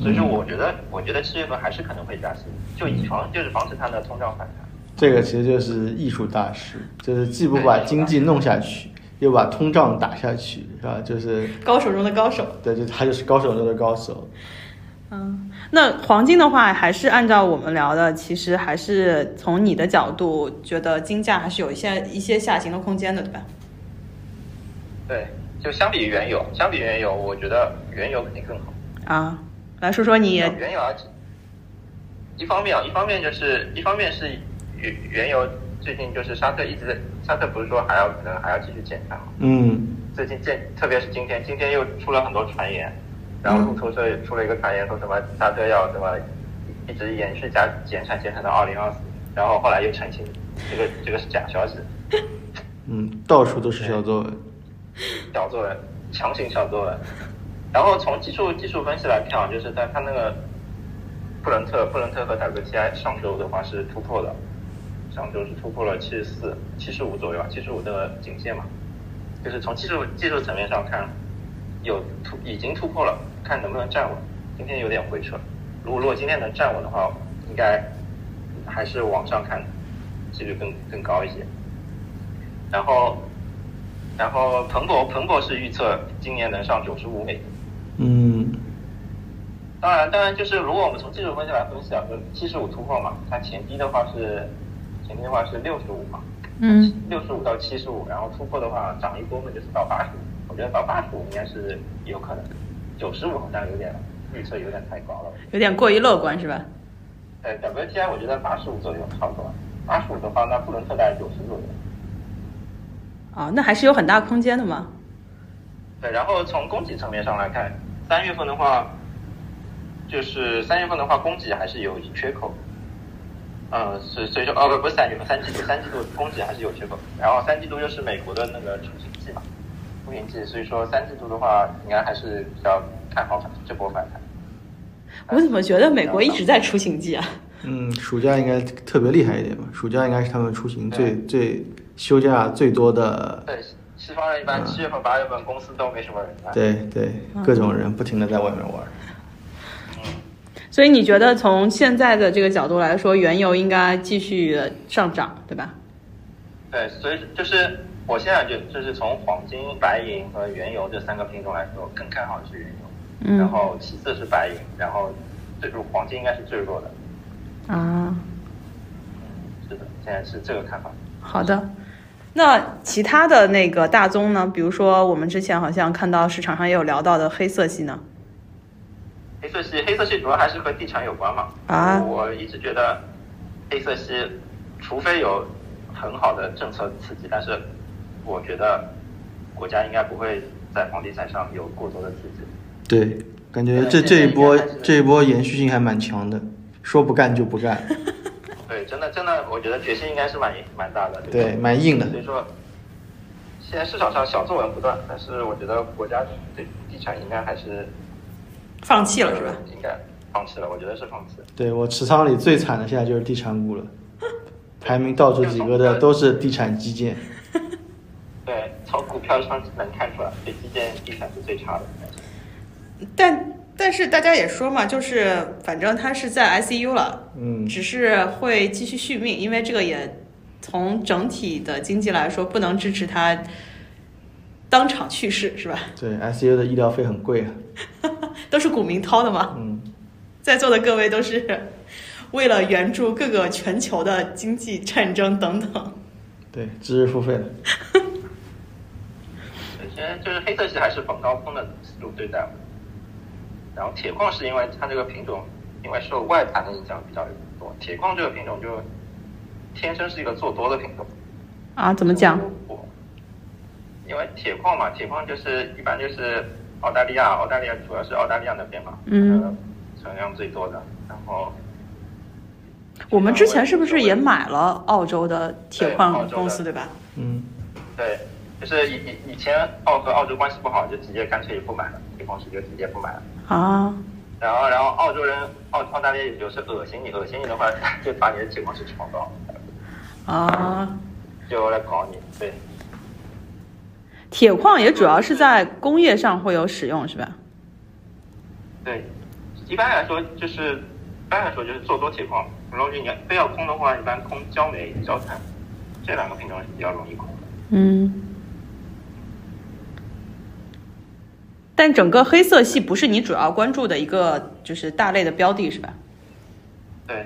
S2: 所以说我觉得，我觉得七月份还是可能会加息，就以防就是防止它的通胀反弹。
S1: 这个其实就是艺术大师，就是既不把经济弄下去，又把通胀打下去，是吧？就是，
S3: 高手中的高手。
S1: 对，就他就是高手中的高手。
S3: 嗯，那黄金的话，还是按照我们聊的，其实还是从你的角度觉得金价还是有一些一些下行的空间的，对吧？
S2: 对，就相比于原油，相比于原油，我觉得原油肯定更好。
S3: 啊，来说说你
S2: 原油啊，一方面啊，一方面就是一方面是原原油最近就是沙特一直在，沙特不是说还要可能还要继续减产吗？
S1: 嗯，
S2: 最近见，特别是今天，今天又出了很多传言，然后路透社也出了一个传言，说什么沙特要什么一直延续加减产，减产到二零二四，然后后来又澄清，这个这个是假消息，
S1: 嗯，到处都是小作文。
S2: 小作文，强行小作文。然后从技术技术分析来看啊，就是在它那个布伦特布伦特和 WTI 上周的话是突破的，上周是突破了七十四、七十五左右啊，七十五的颈线嘛。就是从技术技术层面上看，有突已经突破了，看能不能站稳。今天有点回撤，如果如果今天能站稳的话，应该还是往上看，几率更更高一些。然后，然后彭博彭博是预测今年能上九十五美金。
S1: 嗯
S2: 当然，当然就是如果我们从技术分析来分析啊，就七十五突破嘛，它前低的话是前低的话是六十五嘛，
S3: 嗯，
S2: 六十五到七十五，然后突破的话涨一波嘛就是到八十五，我觉得到八十五应该是有可能，九十五好像有点预测有点太高了。
S3: 有点过于乐观是吧？
S2: 对 WTI 我觉得八十五左右差不多，八十五的话那布伦特大概九十左右。
S3: 啊，那还是有很大空间的嘛。
S2: 对，然后从供给层面上来看，三月份的话，就是三月份的话，供给还是有缺口。嗯，是所以说哦不不是三月份，三季度三季度供给还是有缺口。然后三季度又是美国的那个出行季嘛，出行季，所以说三季度的话，应该还是比较看好这波反弹。
S3: 我怎么觉得美国一直在出行迹啊？ <laughs>
S1: 嗯，暑假应该特别厉害一点吧？暑假应该是他们出行最
S2: 对
S1: 最休假最多的。
S2: 对，西西方人一般七月份八月份公司都没什么人来。
S1: 对对，各种人不停的在外面玩儿。
S3: 所以你觉得从现在的这个角度来说，原油应该继续上涨，对吧？
S2: 对，所以就是我现在就就是从黄金、白银和原油这三个品种来说，更看好的是原油，
S3: 嗯
S2: 然后其次是白银，然后最弱黄金应该是最弱的，
S3: 啊，
S2: 是的，现在是这个看法。
S3: 好的。那其他的那个大宗呢？比如说我们之前好像看到市场上也有聊到的黑色系呢？
S2: 黑色系，黑色系主要还是和地产有关嘛。
S3: 啊
S2: 我一直觉得黑色系，除非有很好的政策刺激，但是我觉得国家应该不会在房地产上有过多的刺激。
S1: 对，感觉
S2: 对
S1: 这
S2: 现在
S1: 这一
S2: 应该
S1: 波
S2: 还是
S1: 这一波延续性还蛮强的，说不干就不
S2: <laughs>
S1: 干，
S2: 对，真的真的，我觉得决心应该是蛮蛮大的。
S1: 对，蛮硬的
S2: 所。以说，现在市场上小作文不断，但是我觉得国家对地产应该还是
S4: 放弃了是吧？？
S2: 应该放弃了，我觉得是放弃。
S1: 对我持仓里最惨的现在就是地产
S2: <laughs>
S1: 股了，排名倒数几个的都是地产基建。
S2: 对，从股票上能看出来，对基建地产是最差的。
S4: 但但是大家也说嘛，就是反正他是在 ICU 了，
S1: 嗯，
S4: 只是会继续续命，因为这个也从整体的经济来说不能支持他当场去世是吧？ <laughs>
S1: 对，ICU 的医疗费很贵啊。
S4: 都是股民掏的
S2: 哦
S4: 嘛，
S1: 嗯，
S4: 在座的各位都是为了援助各个全球的经济战争等等。
S1: 对，知识付费了。
S2: 首先就是黑色系还是很高峰的思路对待我们，然后铁矿是因为它这个品种，因为受外盘的影响比较多，铁矿这个品种就天生是一个做多的品种。
S3: 啊？怎么讲？？
S2: 因为铁矿嘛，铁矿就是一般就是澳大利亚，澳大利亚主要是澳大利亚那边嘛，
S3: 嗯
S2: 呃，存量最多的。然后
S3: 我们之前是不是也买了澳洲的铁矿公司，对吧？
S1: 嗯，
S2: 对，就是以以以前澳和澳洲关系不好，就直接干脆不买了，铁矿石就直接不买了。
S3: 啊，
S2: 然后，然后澳洲人澳澳大利亚有时恶心你，恶心你的话， <laughs> 就把你的铁矿石炒高，
S3: 啊，
S2: 就来搞你。对，
S3: 铁矿也主要是在工业上会有使用，是吧？
S2: 对，一般来说就是，一般来说就是做多铁矿，然后你要非要空的话，一般空焦煤、焦炭这两个品种是比较容易空的。
S3: 嗯。但整个黑色系不是你主要关注的一个就是大类的标的，是吧？
S2: 对，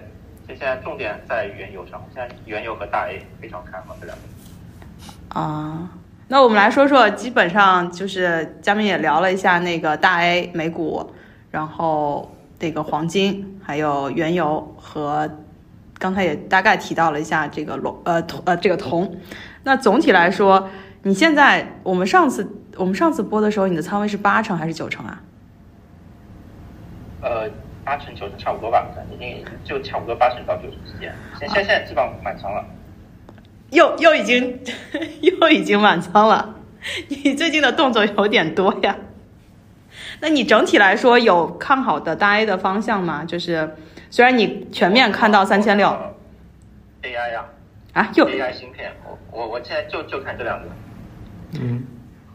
S2: 所以现在重点在原油上，现在原油和大 A 非常看好这两个。
S3: 啊，那我们来说说，基本上就是嘉宾也聊了一下那个大 A 美股，然后那个黄金，还有原油和刚才也大概提到了一下这个龙呃铜呃这个铜。那总体来说，你现在我们上次我们上次播的时候，你的仓位是八成还是九成啊？
S2: 呃，八成九成差不多吧，已经就差不多八成到九成之间。现现现在基本上满仓了。
S3: 又又已经 <laughs> 又已经满仓了，你最近的动作有点多呀。那你整体来说有看好的大 A 的方向吗？就是虽然你全面看到三千六
S2: 呃。AI 呀、
S3: 啊，又
S2: AI 芯片，我我我现在就就看这两个。
S1: 嗯，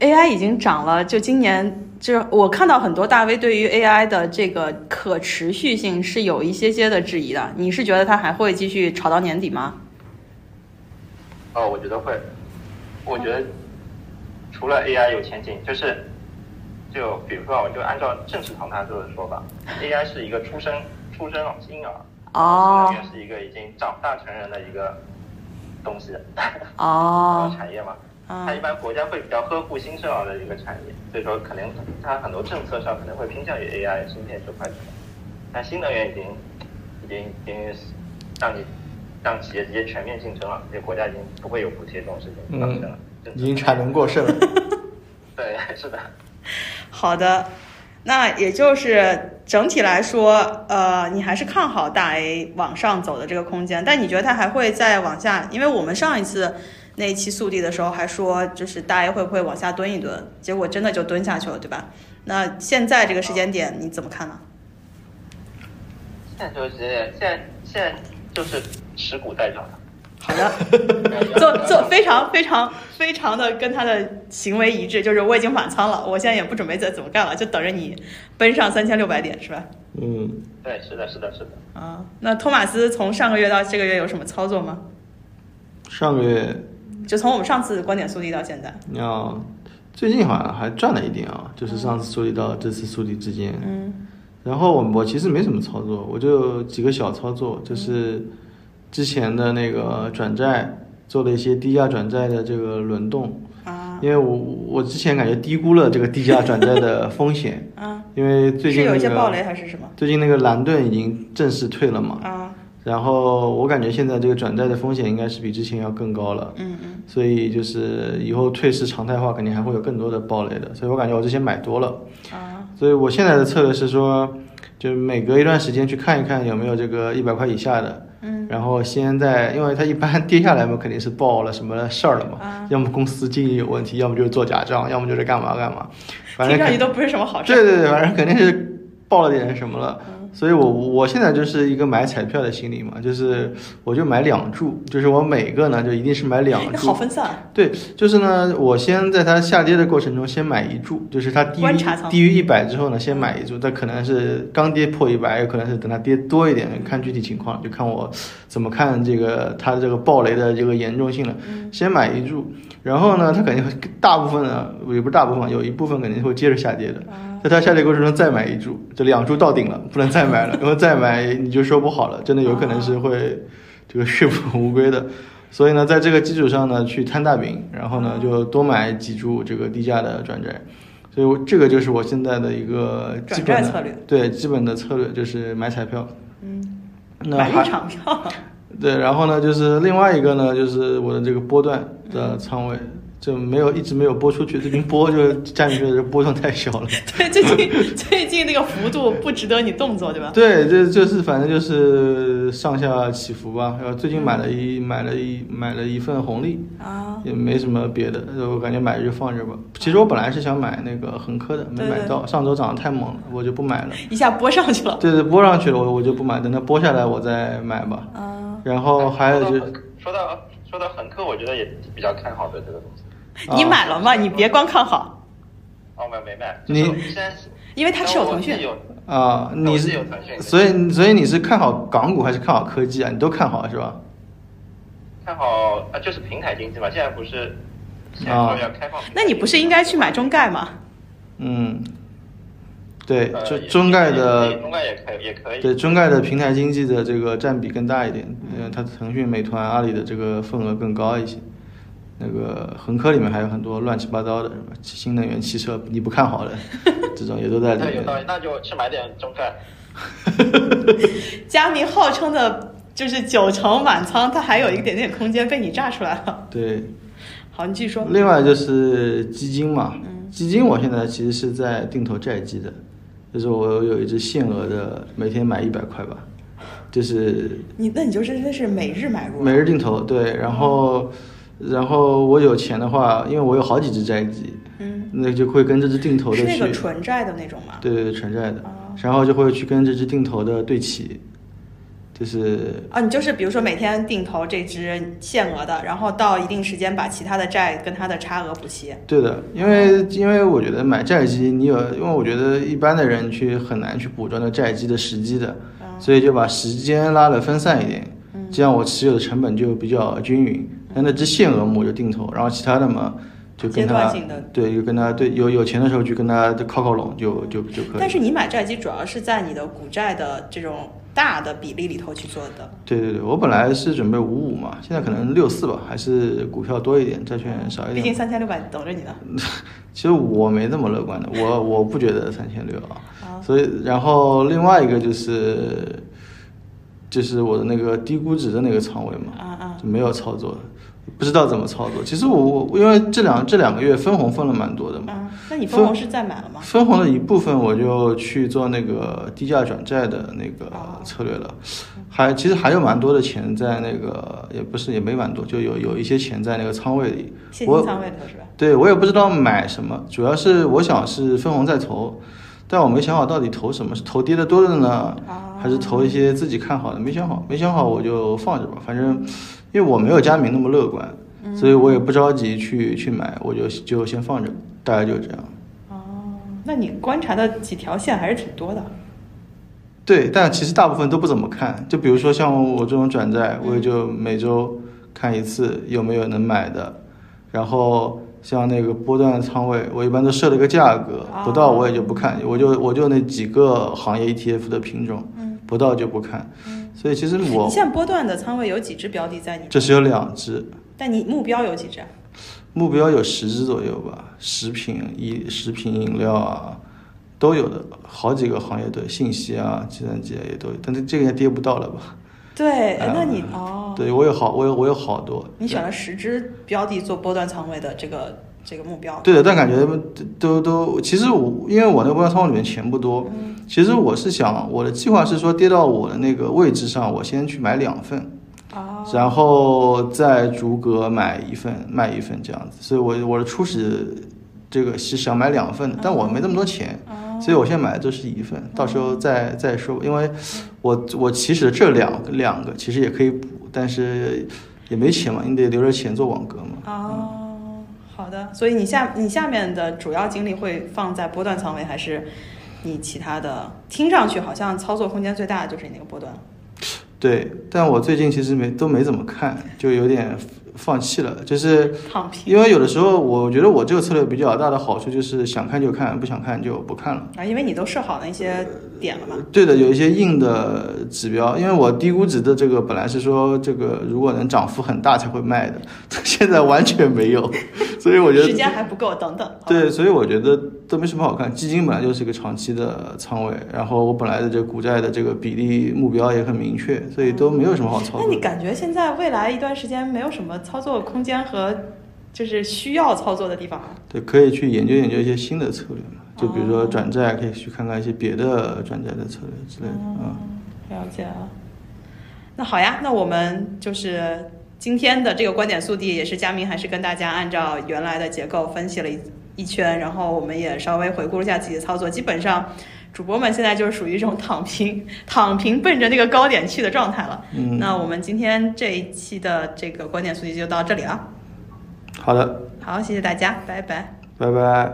S3: AI 已经涨了，就今年就是我看到很多大 V 对于 AI 的这个可持续性是有一些些的质疑的。你是觉得它还会继续炒到年底吗？
S2: 哦，我觉得会，我觉
S3: 嗯
S2: 得除了 AI 有前景，就是就比如说，啊我就按照正式堂他说的说法，AI 是一个出生出生婴儿，
S3: 哦
S2: 是一个已经长大成人的一个东西，
S3: 哦，
S2: <laughs> 产业嘛。
S3: 啊
S4: 嗯
S2: 它一般国家会比较呵护新生儿的一个产业，所以说可能它很多政策上可能会偏向于 AI 芯片这块去。但新能源已经已经已经让你让企业直接全面竞争了，这国家已经不会有补贴这种事情发生了。政
S1: 嗯
S2: 策
S1: 已经产能过剩
S2: <laughs>
S1: 了。
S2: 对，是的，
S4: 好的，那也就是整体来说，呃，你还是看好大 A 往上走的这个空间，但你觉得它还会再往下？因为我们上一次那一期速递的时候还说，就是大 A 会不会往下蹲一蹲，结果真的就蹲下去了，对吧？那现在这个时间点你怎么看呢？
S2: 现在就是现在现在就是持股待涨。
S4: 好的， <laughs>
S2: 做
S4: 做做非常非常非常的跟他的行为一致，就是我已经满仓了，我现在也不准备再怎么干了，就等着你奔上三千六百点，是吧？
S1: 嗯，
S2: 对，是的，是的，是的。
S4: 啊，那托马斯从上个月到这个月有什么操作吗？
S1: 上个月
S4: 就从我们上次观点速递到现在，
S1: 你要哦最近好像还赚了一点啊，就是上次梳理到这次梳理之间。
S4: 嗯
S1: 然后我我其实没什么操作，我就几个小操作，
S4: 嗯
S1: 就是之前的那个转债做了一些低价转债的这个轮动，
S4: 啊
S1: 因为我我之前感觉低估了这个低价转债的风险
S4: <laughs> ，啊，
S1: 因为最
S4: 是
S1: 近
S4: 有
S1: 那
S4: 一些暴雷
S1: 个
S4: 还是什么？
S1: 最近那个蓝盾已经正式退了嘛，
S4: 啊
S1: 然后我感觉现在这个转债的风险应该是比之前要更高了，
S3: 嗯嗯，
S1: 所以就是以后退市常态化，肯定还会有更多的暴雷的。所以我感觉我之前买多了，
S3: 啊，
S1: 所以我现在的策略是说，就是每隔一段时间去看一看有没有这个一百块以下的，
S3: 嗯，
S1: 然后先在，因为它一般跌下来嘛，肯定是爆了什么事儿了嘛，
S3: 啊
S1: 要么公司经营有问题，要么就是做假账，要么就是干嘛干嘛，反正
S3: 听上
S1: 肯
S3: 去都不是什么好嗯事。
S1: 对对对，反正肯定是爆了点什么了。所以我我现在就是一个买彩票的心理嘛，就是我就买两注，就是我每个呢就一定是买两
S3: 你好
S1: 注。
S3: 分散啊，
S1: 对，就是呢，我先在它下跌的过程中先买一注，就是它低
S3: 观
S1: 于
S3: 察仓嗯
S1: 低于一百之后呢，先买一注，但可能是刚跌破一百，有可能是等它跌多一点，看具体情况，就看我怎么看这个它这个暴雷的这个严重性了。
S3: 嗯
S1: 先买一注，然后呢，它肯定会大部分呢，也不是大部分，有一部分肯定会接着下跌的。
S3: 啊
S1: 在它下跌过程中再买一注，就两注到顶了，不能再买了，因为再买你就说不好了，真的有可能是会这个血本无归
S3: 啊
S1: 的。 <laughs> 所以呢，在这个基础上呢，去摊大饼，然后呢就多买几注这个低价的转债。所以我这个就是我现在的一个基本
S3: 转债
S1: 的
S3: 策略，
S1: 对基本的策略就是买彩票。
S3: 嗯，
S1: 那
S3: 买
S1: 还
S3: 入场票，
S1: <laughs> 对，然后呢，就是另外一个呢，就是我的这个波段
S3: 嗯
S1: 的仓位。就没有一直没有播出去，最近播就占据的波动太小
S3: <laughs>
S1: 了。
S3: 对，最近最近那个幅度不值得你动作，对吧？
S1: 对，这就是反正就是上下起伏吧。然后最近买了一
S3: 嗯
S1: 买了一买了一份红利，
S3: 啊，
S1: 也没什么别的，我感觉买着就放着吧。其实我本来是想买那个恒科的，没
S3: 对
S1: 买
S3: 对
S1: 到，上周涨得太猛了，我就不买了。
S3: 一下拨上去了。
S1: 对对，播上去了我我就不买，等它播下来我再买吧。
S3: 啊，
S1: 然后还有就
S2: 说到说到恒科，我觉得也是比较看好的这个东西。
S1: 啊
S3: <laughs> 你买了吗？你别光看好，
S2: 哦，没没卖。
S1: 你
S2: 就是现在是
S3: 因为它持有腾
S2: 但
S3: 讯。
S2: 我自己有
S1: 啊，你
S2: 我是有腾讯的
S1: 所以所以你是看好港股还是看好科技啊？你都看好是吧？
S2: 看好啊，就是平台经济嘛，现在不是现在
S1: 啊
S2: 说要开放平台经济嘛、
S3: 那你不是应该去买中概吗？
S1: 嗯，对，
S2: 呃
S1: 就
S2: 也
S1: 中概
S2: 也
S1: 的
S2: 中概也可以也可以。
S1: 对中概的平台经济的这个占比更大一点，嗯，它腾讯、美团、阿里的这个份额更高一些。那个恒科里面还有很多乱七八糟的，什么新能源汽车你不看
S2: <laughs>
S1: 好的这种也都在里
S2: 那有
S1: 面。
S2: 道理，那就去买点中概。
S3: 佳明号称的就是九成满仓，它还有一点点空间被你炸出来了。
S1: 对，
S3: 好，你继续说。
S1: 另外就是基金嘛，
S3: 嗯
S1: 基金我现在其实是在定投债基的，就是我有一只限额的，每天买一百块吧，就是
S3: 你那你就真的是每日买入，啊
S1: 每日定投，对，然
S3: 嗯
S1: 后，然后我有钱的话，因为我有好几只债基，
S3: 嗯，
S1: 那就会跟这只定投的
S3: 是
S1: 去，
S3: 那个纯债的那种吗？
S1: 对对对，纯债的，
S3: 哦
S1: 然后就会去跟这只定投的对齐，就是
S3: 啊，你就是比如说每天定投这只限额的，然后到一定时间把其他的债跟它的差额补齐。
S1: 对的，因为因为我觉得买债基，你有，因为我觉得一般的人去很难去捕捉到债基的时机的，
S3: 嗯
S1: 所以就把时间拉的分散一点，这样我持有的成本就比较均匀。
S3: 嗯
S1: 那那只限额嘛，我就定投，然后其他的嘛，就跟
S3: 阶段
S1: 他
S3: 性的
S1: 对，就跟他对有有钱的时候去跟他靠靠拢就就就可以。
S3: 但是你买债基主要是在你的股债的这种大的比例里头去做的。
S1: 对对对，我本来是准备五五嘛，现在可能六四吧，还是股票多一点，债券少一
S3: 毕
S1: 点
S3: 竟
S1: 吧。
S3: 三千六百等着你呢。
S1: 其实我没那么乐观的，我
S3: <laughs>
S1: 我不觉得三千六
S3: 啊
S1: 啊。所以，然后另外一个就是，就是我的那个低估值的那个仓位嘛，
S3: 啊啊
S1: 就没有操作，不知道怎么操作。其实我我因为这两这两个月分红分了蛮多的嘛，
S3: 啊！那你分红是再买了吗？
S1: 分红的一部分我就去做那个低价转债的那个
S3: 哦
S1: 策略了，还其实还有蛮多的钱在那个也不是也没蛮多，就有有一些钱在那个仓位里，
S3: 现
S1: 我
S3: 金仓位里头是吧？
S1: 对我也不知道买什么，主要是我想是分红再投，但我没想好到底投什么，是投跌的多的呢，
S3: 啊
S1: 还是投一些自己看好的？没想好，没想好我就放着吧，反正因为我没有佳明那么乐观，所以我也不着急去去买，我就就先放着，大概就这样。
S3: 哦，那你观察的几条线还是挺多的。
S1: 对，但其实大部分都不怎么看，就比如说像我这种转债，我也就每周看一次有没有能买的，然后像那个波段仓位，我一般都设了个价格，不到我也就不看，我就我就那几个行业 ETF 的品种，不到就不看，所以其实
S3: 你
S1: 我
S3: 现在波段的仓位有几只标的在你？
S1: 这是有两只，
S3: 但你目标有几只啊？
S1: 目标有十只左右吧，食品、饮食品饮料啊，都有的，好几个行业的信息啊、计算机啊也都有，但是这个应该跌不到了吧？
S3: 对，
S1: 哎
S3: 那你哦，
S1: 对我有好，我有我有好多。
S3: 你选了十只标的做波段仓位的这个这个目标。
S1: 对的，但感觉都都，其实我因为我那个波段仓位里面钱不多，
S3: 嗯
S1: 其实我是想我的计划是说跌到我的那个位置上，我先去买两份，
S3: 哦，
S1: 然后再逐格买一份卖一份这样子。所以我我的初始这个是想买两份的，但我没那么多钱，
S3: 哦
S1: 所以我先买的这是一份，到时候再再说。因为我我其实这两两个其实也可以补，但是也没钱嘛，你得留着钱做网格嘛。
S3: 哦，好的。所以你下你下面的主要精力会放在波段仓位，还是你其他的？听上去好像操作空间最大的就是你那个波段。
S1: 对，但我最近其实没都没怎么看，就有点放弃了。就是
S3: 躺平
S1: 因为有的时候，我觉得我这个策略比较大的好处就是想看就看，不想看就不看了。
S3: 啊，因为你都设好那些点了嘛。
S1: 对的，有一些硬的指标，因为我低估值的这个本来是说这个如果能涨幅很大才会卖的， <laughs> 现在完全没有，所以我觉得
S3: 时间还不够，等等。哦好吧
S1: 对，所以我觉得都没什么好看。基金本来就是一个长期的仓位，然后我本来的这个股债的这个比例目标也很明确，所以都没有什么好操
S3: 那
S1: 作
S3: 你
S1: 的。
S3: 感觉现在未来一段时间没有什么操作空间和就是需要操作的地方吗？
S1: 对，可以去研究研究一些新的策略嘛，就比如说转债，可以去看看一些别的转债的策略之类的啊、嗯。
S3: 了解了。那好呀，那我们就是今天的这个观点速递，也是佳明还是跟大家按照原来的结构分析了一一圈，然后我们也稍微回顾了一下自己的操作，基本上。主播们现在就是属于一种躺平、 <laughs> 躺平奔着那个高点去的状态了。
S1: 嗯
S3: 那我们今天这一期的这个观点速递就到这里了。
S1: 好的，
S3: 好，谢谢大家，拜拜。
S1: 拜拜。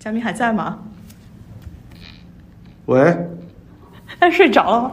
S3: 佳明还在吗？ <laughs>
S1: 喂。
S3: 他睡着了吗？